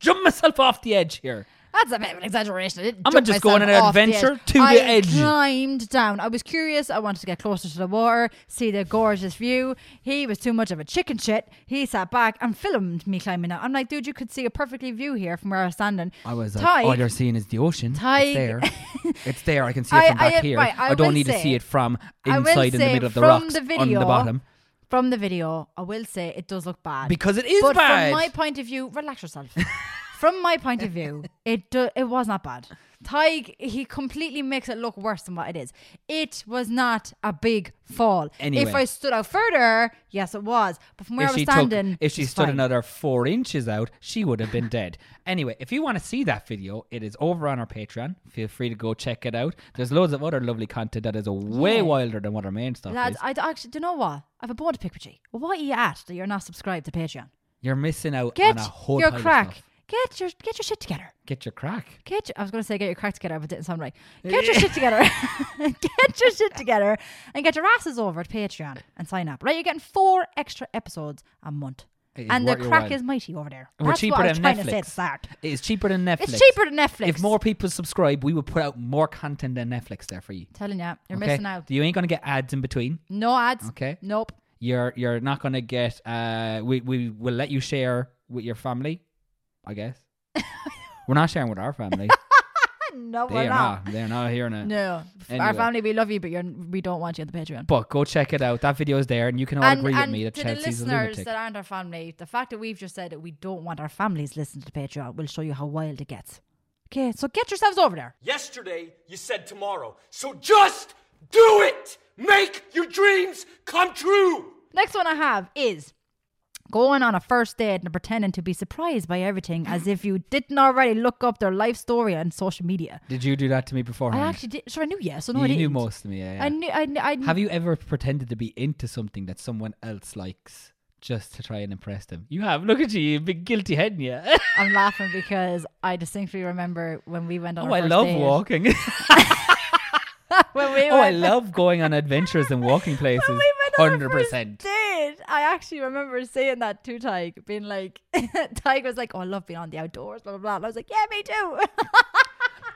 jump myself off the edge here." That's a bit of an exaggeration. I didn't I'ma jump just go on myself an off the adventure edge. to the I edge. climbed down. I was curious. I wanted to get closer to the water, see the gorgeous view. He was too much of a chicken shit. He sat back and filmed me climbing out. I'm like, dude, you could see a perfectly view here from where I was standing. I was like, Ty, all you're seeing is the ocean. Tig- It's there. it's there. I can see it I- from back I- here. right, I, I don't will need to say- see it from I will inside in the say middle of the from rocks the on the video- bottom. from the video, I will say it does look bad Because it is but bad. From my point of view, relax yourself. from my point of view, it do, it was not bad. Tig he completely makes it look worse than what it is. It was not a big fall. Anyway. If I stood out further, yes, it was. But from where I was she standing, Took, if she it's stood fine. another four inches out, she would have been dead. Anyway, if you want to see that video, it is over on our Patreon. Feel free to go check it out. There's loads of other lovely content that is a way Yeah. wilder than what our main stuff lads, is. I actually do you know what? I have a bone to pick with you. What are you at that you're not subscribed to Patreon? You're missing out Get on a whole your pile of crack. stuff. Get your get your shit together. Get your crack. Get your, I was going to say get your crack together, but it didn't sound right. Get your shit together. get your shit together and get your asses over to Patreon and sign up. Right, you're getting four extra episodes a month. It is And the worth your crack while. is mighty over there. We're That's cheaper what I was than trying Netflix. to say at the start. It's cheaper than Netflix. It's cheaper than Netflix. If more people subscribe, we will put out more content than Netflix there for you. telling you, you're okay? missing out. You ain't gonna get ads in between. No ads. Okay. Nope. You're you're not gonna get. Uh, we we will let you share with your family, I guess. We're not sharing with our family. No, they we're are not. not. They're not hearing it. No. ah. Anyway. Our family, we love you, but you're, we don't want you on the Patreon. But go check it out. That video is there, and you can all agree with me that to Chelsea's the a listeners lunatic. that aren't our family, the fact that we've just said that we don't want our families listening to Patreon will show you how wild it gets. Okay, so get yourselves over there. Yesterday, you said tomorrow. So just do it! Make your dreams come true! Next one I have is going on a first date and pretending to be surprised by everything as if you didn't already look up their life story on social media. Did you do that to me beforehand? I actually did. Sure, I knew yes. So no, you I didn't. knew most of me. Yeah, yeah. I knew. I, kn- I kn- Have you ever pretended to be into something that someone else likes just to try and impress them? You have. Look at you, you big guilty head, in you. I'm laughing because I distinctly remember when we went on. oh, our I first love date. walking. when we oh, I went- love going on adventures and walking places. When we went on our Hundred percent. first date, I actually remember saying that to Tyke, being like, Tyke was like, "Oh, I love being on the outdoors," blah blah blah. And I was like, "Yeah, me too."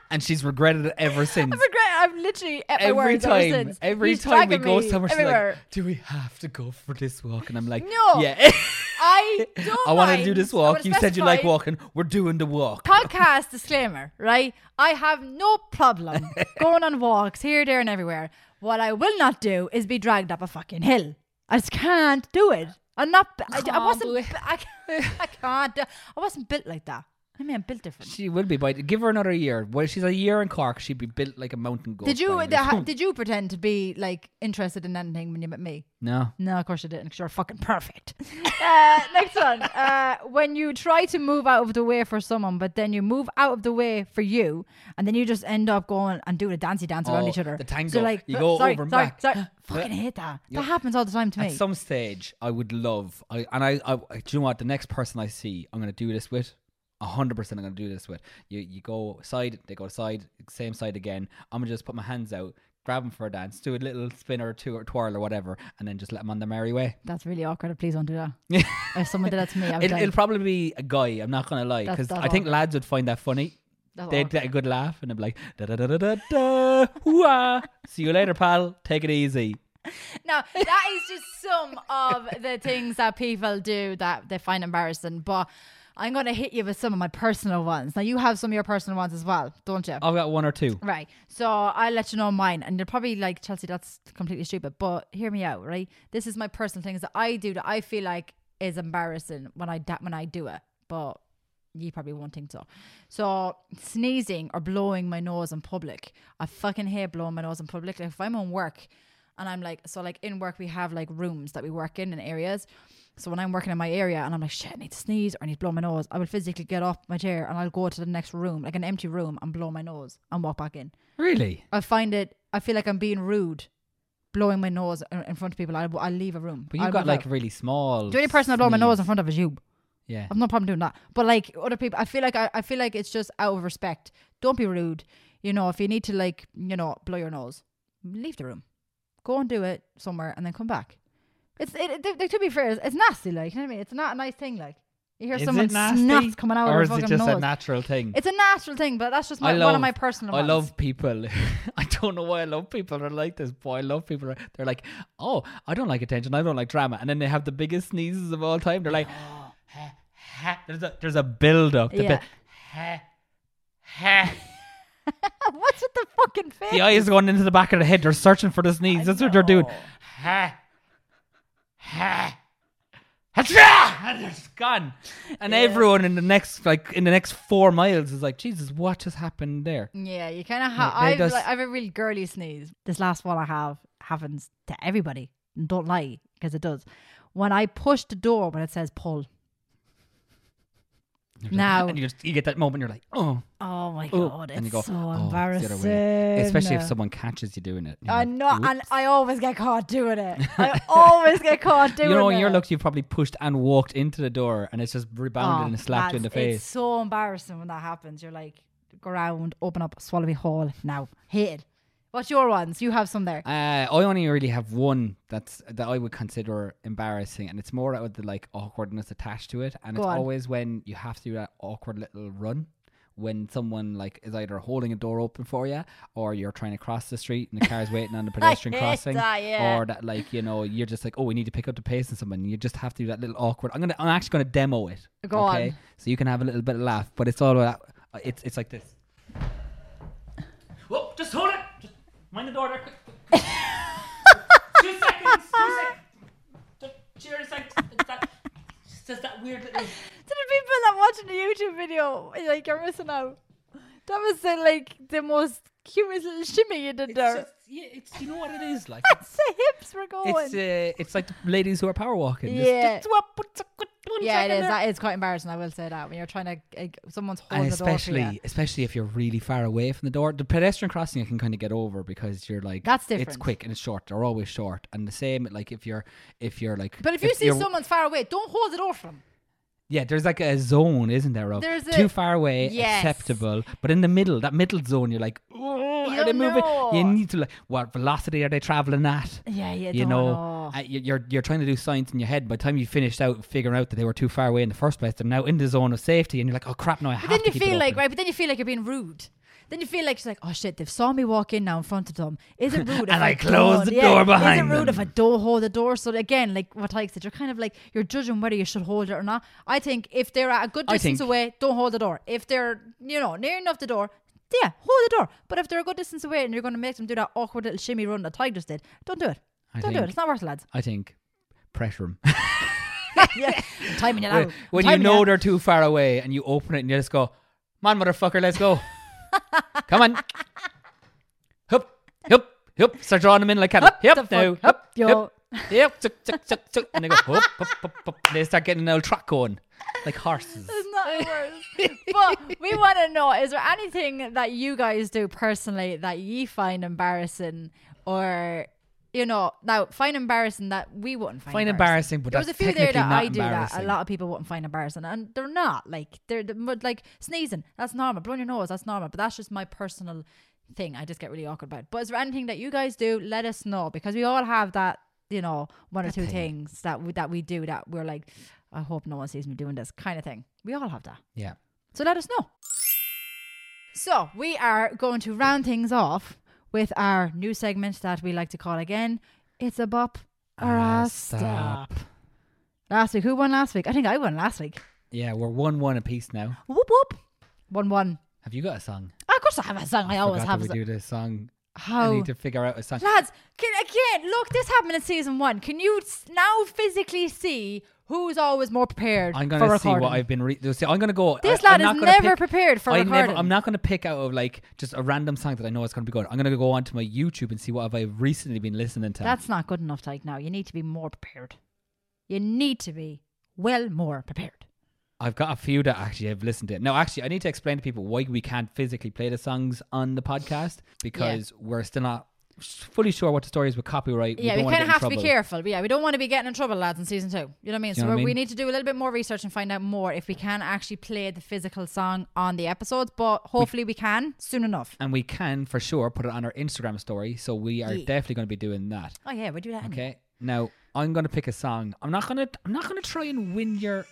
And she's regretted it ever since. I'm regret. I'm literally at my Every words ever time, since. every He's time we dragging go me somewhere, she's everywhere. like, "Do we have to go for this walk?" And I'm like, No. yeah, I don't. I want to mind. do this I walk. would You said you like specify- walking. We're doing the walk." Podcast disclaimer, right? I have no problem going on walks here, there, and everywhere. What I will not do is be dragged up a fucking hill. I just can't do it. I'm not. I, I Aw, wasn't. boy. I, can't- I can't. do- I wasn't built like that. I mean, I'm built different. She will be by. Give her another year. Well, she's a year in Cork. She'd be built like a mountain goat. Did you by the, now. ha- did you pretend to be like interested in anything when you met me? No. No, of course you didn't. Because you're fucking perfect. uh, next one. Uh, when you try to move out of the way for someone, but then you move out of the way for you, and then you just end up going and doing a dancey dance around Oh, each other. the tango. So like, You uh, go sorry, over and sorry, back. Sorry, fucking hate that. Yeah. That happens all the time to me. At some stage, I would love, I and I, I, I- do you know what? The next person I see, I'm going to do this with. A hundred percent, I'm going to do this with. You, you go side, they go side, same side again. I'm going to just put my hands out, grab him for a dance, do a little spin or two or twirl or whatever, and then just let him on their merry way. That's really awkward. Please don't do that. if someone did that to me, I would It, die. will probably be a guy. I'm not gonna lie, That's- because that's I think awkward. lads would find that funny. That's They'd get a good laugh and they'd be like, da da da da da da, hoo See you later, pal. Take it easy. No, that is just some of the things that people do that they find embarrassing. But I'm going to hit you with some of my personal ones. Now, you have some of your personal ones as well, don't you? I've got one or two. Right. So I'll let you know mine. And you're probably like, Chelsea, that's completely stupid. But hear me out, right? This is my personal things that I do that I feel like is embarrassing when I, da- when I do it. But you probably won't think so. So sneezing or blowing my nose in public. I fucking hate blowing my nose in public. Like if I'm on work and I'm like, so like in work we have like rooms that we work in and areas. So when I'm working in my area and I'm like, shit, I need to sneeze or I need to blow my nose, I will physically get off my chair and I'll go to the next room, like an empty room, and blow my nose and walk back in. Really? I find it. I feel like I'm being rude, blowing my nose in in front of people. I I leave a room. But you've I'll got move like out. really small. The only person I blow my nose in front of is you. Yeah. I've no problem doing that. But like other people, I feel like I, I feel like it's just out of respect. Don't be rude. You know, if you need to like, you know, blow your nose, leave the room. Go and do it somewhere and then come back. It's it, it, to be fair, it's nasty. Like, you know what I mean? It's not a nice thing. Like, you hear Is someone it nasty? snuts coming out or of is their it fucking just nose. a natural thing? it's a natural thing, but that's just my, one of my personal. I ones. love people. I don't know why I love people that are like this, but I love people. that- They're like, oh, I don't like attention. I don't like drama, and then they have the biggest sneezes of all time. They're like, there's a there's a build up. The, Yeah. bu- What's with the fucking face? the eyes going into the back of the head. They're searching for the sneeze. That's what they're doing. Ha. Ha. and it's gone. And everyone in the next like in the next four miles is like, Jesus, what just happened there? Yeah, you kind of Yeah, have. they I've, just- like, I've a really girly sneeze. This last one I have happens to everybody. And don't lie, because it does. When I push the door, when it says pull. Now, and you just you get that moment. You're like, oh. oh my oh, god, and it's you go, so "Oh, it's the other way." embarrassing. Especially if someone catches you doing it. You're I like, know, and I always get caught doing it. I always get caught doing you know, it. in your luck, you probably pushed and walked into the door, and it's just rebounded Oh, and slapped you in the that's- It's face. so embarrassing when that happens. You're like, ground, open up, swallow me whole now. Hate it. What's your ones? You have some there. Uh, I only really have one that's that I would consider embarrassing, and it's more out of the like awkwardness attached to it, and Go it's on. always when you have to do that awkward little run when someone like is either holding a door open for you or you're trying to cross the street and the car's waiting on the pedestrian hate crossing that, yeah. or that like you know you're just like oh we need to pick up the pace and someone you just have to do that little awkward i'm gonna i'm actually gonna demo it Go on. so you can have a little bit of laugh but it's all about uh, it's it's like this Whoa, just hold it. Just mind the door there. quick. two seconds. Two seconds. Just cheer a sec. It's that- it's just that weird little. to the people that watching the YouTube video, like you're missing out. That was the, like the most cutest little shimmy you did there. just- yeah, it's you know what it is like. That's the hips were going. It's uh, it's like the ladies who are power walking. Just- yeah. just whop, put some- put one yeah, it second is. there. That is quite embarrassing. I will say that when you're trying to, like, someone's holding and the door for you. especially, especially if you're really far away from the door, the pedestrian crossing I can kind of get over because you're like That's It's different. quick and it's short. They're always short, and the same like if you're if you're like. But if you see you're- someone's far away, don't hold the door for them. Yeah, there's like a zone, isn't there, Rob? There's a- Too far away, Yes. acceptable. But in the middle, that middle zone, you're like, oh, You are they don't moving? You know. need to like, what velocity are they traveling at? Yeah, you You don't know, know. uh, you- you're you're trying to do science in your head. By the time you finished out figuring out that they were too far away in the first place, they're now in the zone of safety, and you're like, oh crap, no, I But have then to you keep it feel like open. right, but then you feel like you're being rude. Then you feel like she's like, oh shit, they've saw me walk in now in front of them. Is it rude? if And I close the door behind Is it rude them. if I don't hold the door? So again, like what Tyke said, you're kind of like you're judging whether you should hold it or not. I think if they're at a good I distance think- away, don't hold the door. If they're you know near enough the door, yeah, hold the door. But if they're a good distance away and you're going to make them do that awkward little shimmy run that Tyke just did, don't do it. I don't do think- it. It's not worth it, lads. I think pressure 'em. yeah, timing it out. when when you Timing it know out. they're too far away, and you open it, and you just go, "Come on, motherfucker, let's go. Come on, hup, hup, hup." Start drawing them in like cattle. Hup the Hup fuck, now, hup, hup, yo. hup, hup, tuck, tuck, tuck, tuck, and they go, hup, hup, hup, hup. and They start getting an old track going, like horses. It's not worse. but we want to know: is there anything that you guys do personally that you find embarrassing, or you know, now find embarrassing that we wouldn't find, Find embarrassing, but there was a that's few there technically that not I do that a embarrassing. lot of people wouldn't find embarrassing, and they're not like they're the- but, like sneezing. That's normal. Blowing your nose. That's normal. But that's just my personal thing I just get really awkward about. But is there anything that you guys do? Let us know because we all have that, you know, one or That two thing. things that we, that we do that we're like, I hope no one sees me doing this kind of thing. We all have that. Yeah. So let us know. So we are going to round things off with our new segment that we like to call again. It's a bop Ah, or a stop. Last week, who won last week? I think I won last week. Yeah, we're one one apiece now. Whoop whoop. One one. Ah, Have you got a song? Of course, I have a song. I, always Forgot have that a song. we do this song. How? I need to figure out a song. Lads, can, again, look, this happened in season one. Can you s- now physically see who's always more prepared I'm for gonna see recording? what I've been. Re- see, I'm gonna go. This I, lad I'm not is gonna never pick- prepared for I recording. Never, I'm not gonna pick out of like just a random song that I know is gonna be good. I'm gonna go onto my YouTube and see what have I recently been listening to. That's not good enough, Tyke, now. You need to be more prepared. You need to be well more prepared. I've got a few that actually I've listened to. Now, actually, I need to explain to people why we can't physically play the songs on the podcast because we're still not fully sure what the story is with copyright. yeah, we, we don't kind of have trouble. to be careful. But yeah, we don't want to be getting in trouble, lads, in season two. You know what I mean? so Do you know what I we're- we mean? need to do a little bit more research and find out more if we can actually play the physical song on the episodes. But hopefully we can soon enough. And we can for sure put it on our Instagram story. So we are Yeah. definitely going to be doing that. Oh yeah, we do that. anyway. Okay. Now I'm gonna pick a song. I'm not gonna. I'm not gonna try and win your.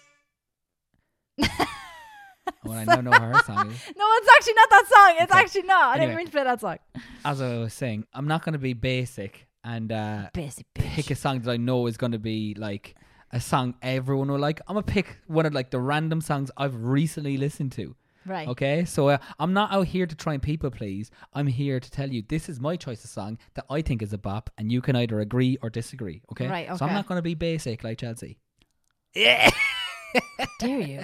well, I now know how her song is. No, it's actually not that song. It's Okay. actually not. I didn't Anyway. mean to play that song. As I was saying, I'm not gonna be basic and uh, Basic pick a song that I know is gonna be like a song everyone will like. I'm gonna pick one of like the random songs I've recently listened to. Right. Okay. So uh, I'm not out here to try and people please. I'm here to tell you this is my choice of song that I think is a bop, and you can either agree or disagree. Okay. Right, So I'm okay. not gonna be basic like Chelsea. Dare you?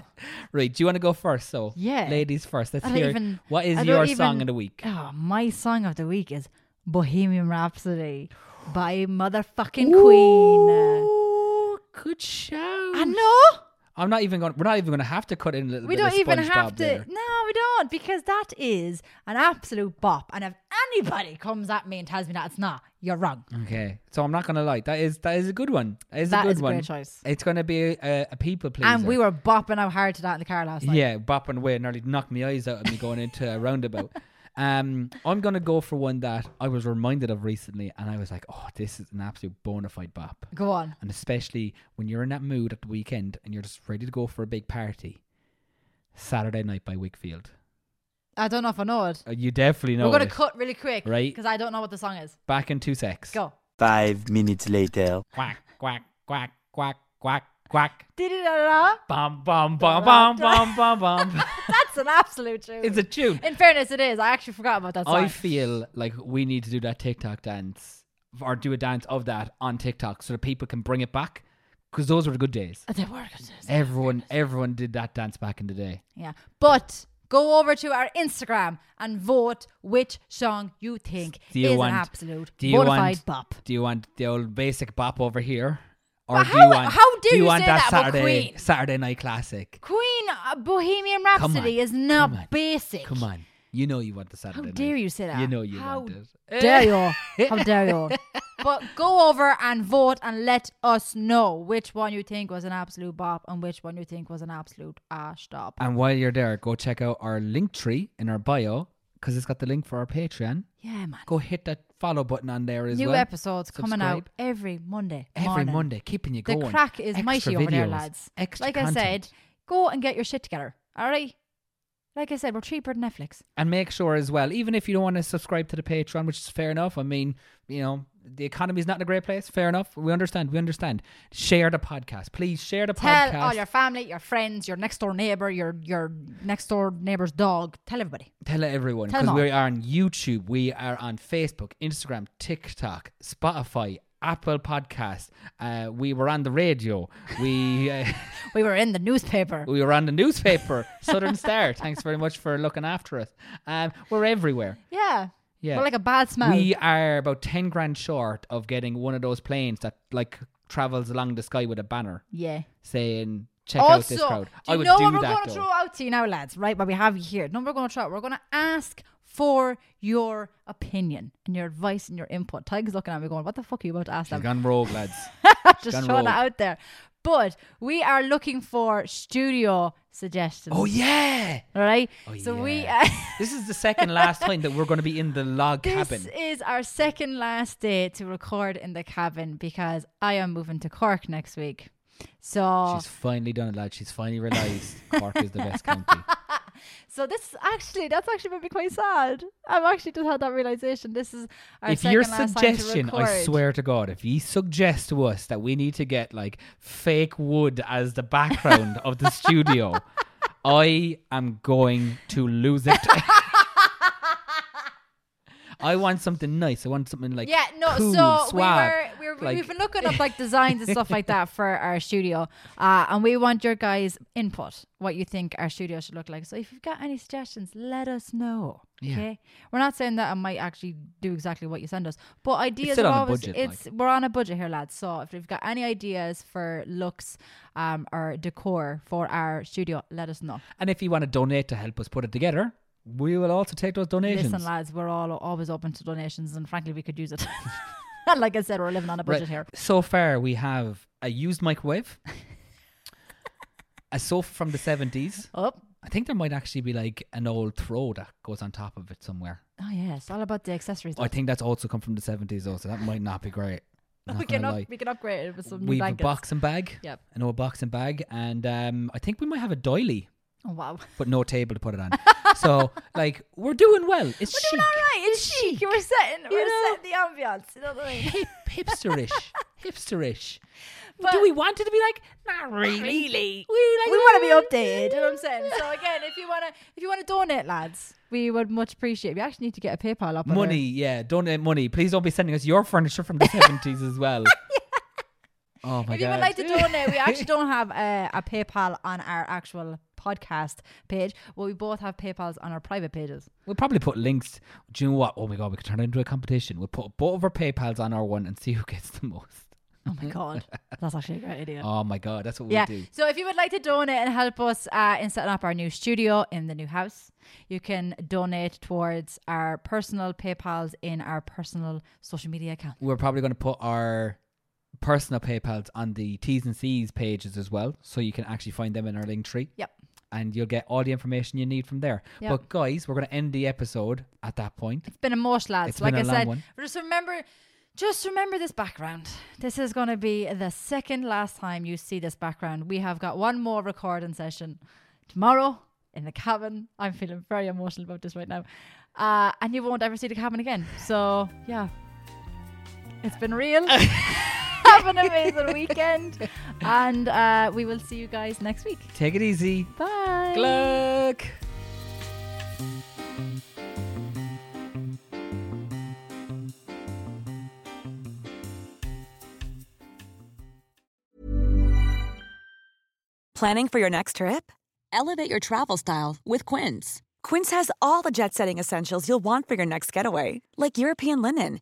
Right, do you want to go first? So, Yeah. ladies first. Let's I don't hear even- what is I don't your even- song of the week. Oh, my song of the week is Bohemian Rhapsody by motherfucking Ooh, Good shout. Queen. I know. I'm not even going. We're not even going to have to cut in a little. We bit don't of even SpongeBob have to. there. No, we don't, because that is an absolute bop. And if anybody comes at me and tells me that it's not, you're wrong. Okay, so I'm not gonna lie. That is that is a good one. That is That a good is a one. great choice. It's gonna be a, a people pleaser. And we were bopping out hard to that in the car last night. yeah, bopping away, nearly knocked my eyes out of me going into a roundabout. Um, I'm gonna go for one that I was reminded of recently, and I was like, "Oh, this is an absolute bona fide bop." Go on. and especially when you're in that mood at the weekend and you're just ready to go for a big party. Saturday Night by Wakefield. I don't know if I know it. Uh, You definitely know. we're going it. to cut really quick, Right. Because I don't know what the song is. Back in two secs. Go. Five minutes later. Quack quack quack quack quack quack. Di-di-da-da. Bum bum bum bum bum bum bum. That's an absolute tune. It's a tune. In fairness, it is. I actually forgot about that song. I feel like we need to do that TikTok dance or do a dance of that on TikTok so that people can bring it back because those were the good days. They were good days. Everyone, everyone did that dance back in the day. Yeah. But go over to our Instagram and vote which song you think Do you is want an absolute do you bona want, fide bop. Do you want the old basic bop over here, or But do how- you want how dare do you you want say that that about Saturday Queen? Saturday night classic? Queen uh, Bohemian Come on, Rhapsody is come on, not basic. Come on, you know you want the Saturday. How night. dare you say that? You know you How want it. Dare you? How dare you? But go over and vote and let us know which one you think was an absolute bop and which one you think was an absolute ash stop. And while you're there, go check out our link tree in our bio because it's got the link for our Patreon. Yeah, man. Go hit that follow button on there as New well. episodes coming out Subscribe. every Monday. Every morning. Monday, keeping you The going. crack is Extra mighty over there, videos, lads. extra like I content. said, go and get your shit together. All right. Like I said, we're cheaper than Netflix. And make sure as well, even if you don't want to subscribe to the Patreon, which is fair enough. I mean, you know, the economy's not in a great place. Fair enough. We understand. We understand. Share the podcast. Please share the Tell podcast. all your family, your friends, your next door neighbor, your your next door neighbor's dog. Tell everybody. Tell everyone Tell 'em because all. we are on YouTube, we are on Facebook, Instagram, TikTok, Spotify, Apple Podcasts. Uh, we were on the radio. We uh, We were in the newspaper. we were on the newspaper, Southern Star. Thanks very much for looking after us. Um, we're everywhere. Yeah. Yeah, We're like a bad smell. We are about ten grand short of getting one of those planes that like travels along the sky with a banner yeah. saying "Check out also, this crowd." do I you would know do what we're that going to though. throw out to you now, lads? Right, what we have you here. No, we're going to throw out. We're going to ask for your opinion and your advice and your input. Tiger's looking at me going, "What the fuck are you about to ask them?" She's gone rogue, lads. just Gone throwing rogue. that out there. But we are looking for studio suggestions. Oh, yeah. All right. Oh, so yeah. we this is the second last time that we're going to be in the log cabin. This is our second last day to record in the cabin because I am moving to Cork next week. So She's finally done it, lad. She's finally realised Cork is the best county. so this is actually that's actually made me quite sad. I've actually just had that realization. This is our if second your last suggestion, time to record. I swear to God, if you suggest to us that we need to get like fake wood as the background of the studio, I am going to lose it. I want something nice. I want something like yeah, no. cool, so suave, we were, we were like- we've been looking up like designs and stuff like that for our studio, uh, and we want your guys' input, what you think our studio should look like. So if you've got any suggestions, let us know. Yeah. Okay, we're not saying that I might actually do exactly what you send us, but ideas still are on a always. budget, it's we're on a budget here, lads. So if you've got any ideas for looks, um, or decor for our studio, let us know. And if you want to donate to help us put it together, we will also take those donations. Listen, lads, we're all always open to donations, and frankly, we could use it. like I said, we're living on a budget here. So far, we have a used microwave, a sofa from the 70s. Oh. I think there might actually be like an old throw that goes on top of it somewhere. Oh yeah, it's all about the accessories. Oh, I think that's also come from the 70s, though, so that might not be great. Not we gonna can lie. up, we can upgrade it with some We've blankets. a boxing bag, Yep. an old boxing bag, and um, I think we might have a doily, Oh wow. but no table to put it on. so, like, we're doing well. It's We're doing all right. It's chic. We're setting. You we're know? setting the ambiance. You know what I mean? chic, hip, hipsterish, hipsterish. Do we want it to be like? Not really. Really? We, we want to be updated. You know what I'm saying? So again, if you wanna, if you wanna donate, lads, we would much appreciate. it. We actually need to get a PayPal up. on uh, Money, it. yeah. Donate money. Please don't be sending us your furniture from the seventies as well. Oh my If you god! would like to donate, we actually don't have a, a PayPal on our actual podcast page, but we both have PayPals on our private pages. we'll probably put links. Do you know what? Oh my god! We could turn it into a competition. We'll put both of our PayPal's on our one and see who gets the most. Oh my god, that's actually a great idea. Oh my god! That's what yeah. we'll do. So if you would like to donate and help us uh, in setting up our new studio in the new house, you can donate towards our personal PayPal's in our personal social media account. We're probably going to put our personal PayPal's on the T's and C's pages as well, so you can actually find them in our link tree. Yep. And you'll get all the information you need from there. Yep. But guys, we're going to end the episode at that point. It's been a mush, lads. It's like been a I long said, one. just remember, just remember this background. This is going to be the second last time you see this background. We have got one more recording session tomorrow in the cabin. I'm feeling very emotional about this right now, uh, and you won't ever see the cabin again. So yeah, it's been real. have an amazing weekend, and uh, we will see you guys next week. Take it easy. Bye. Gluck. Planning for your next trip? Elevate your travel style with Quince. Quince has all the jet setting essentials you'll want for your next getaway, like European linen,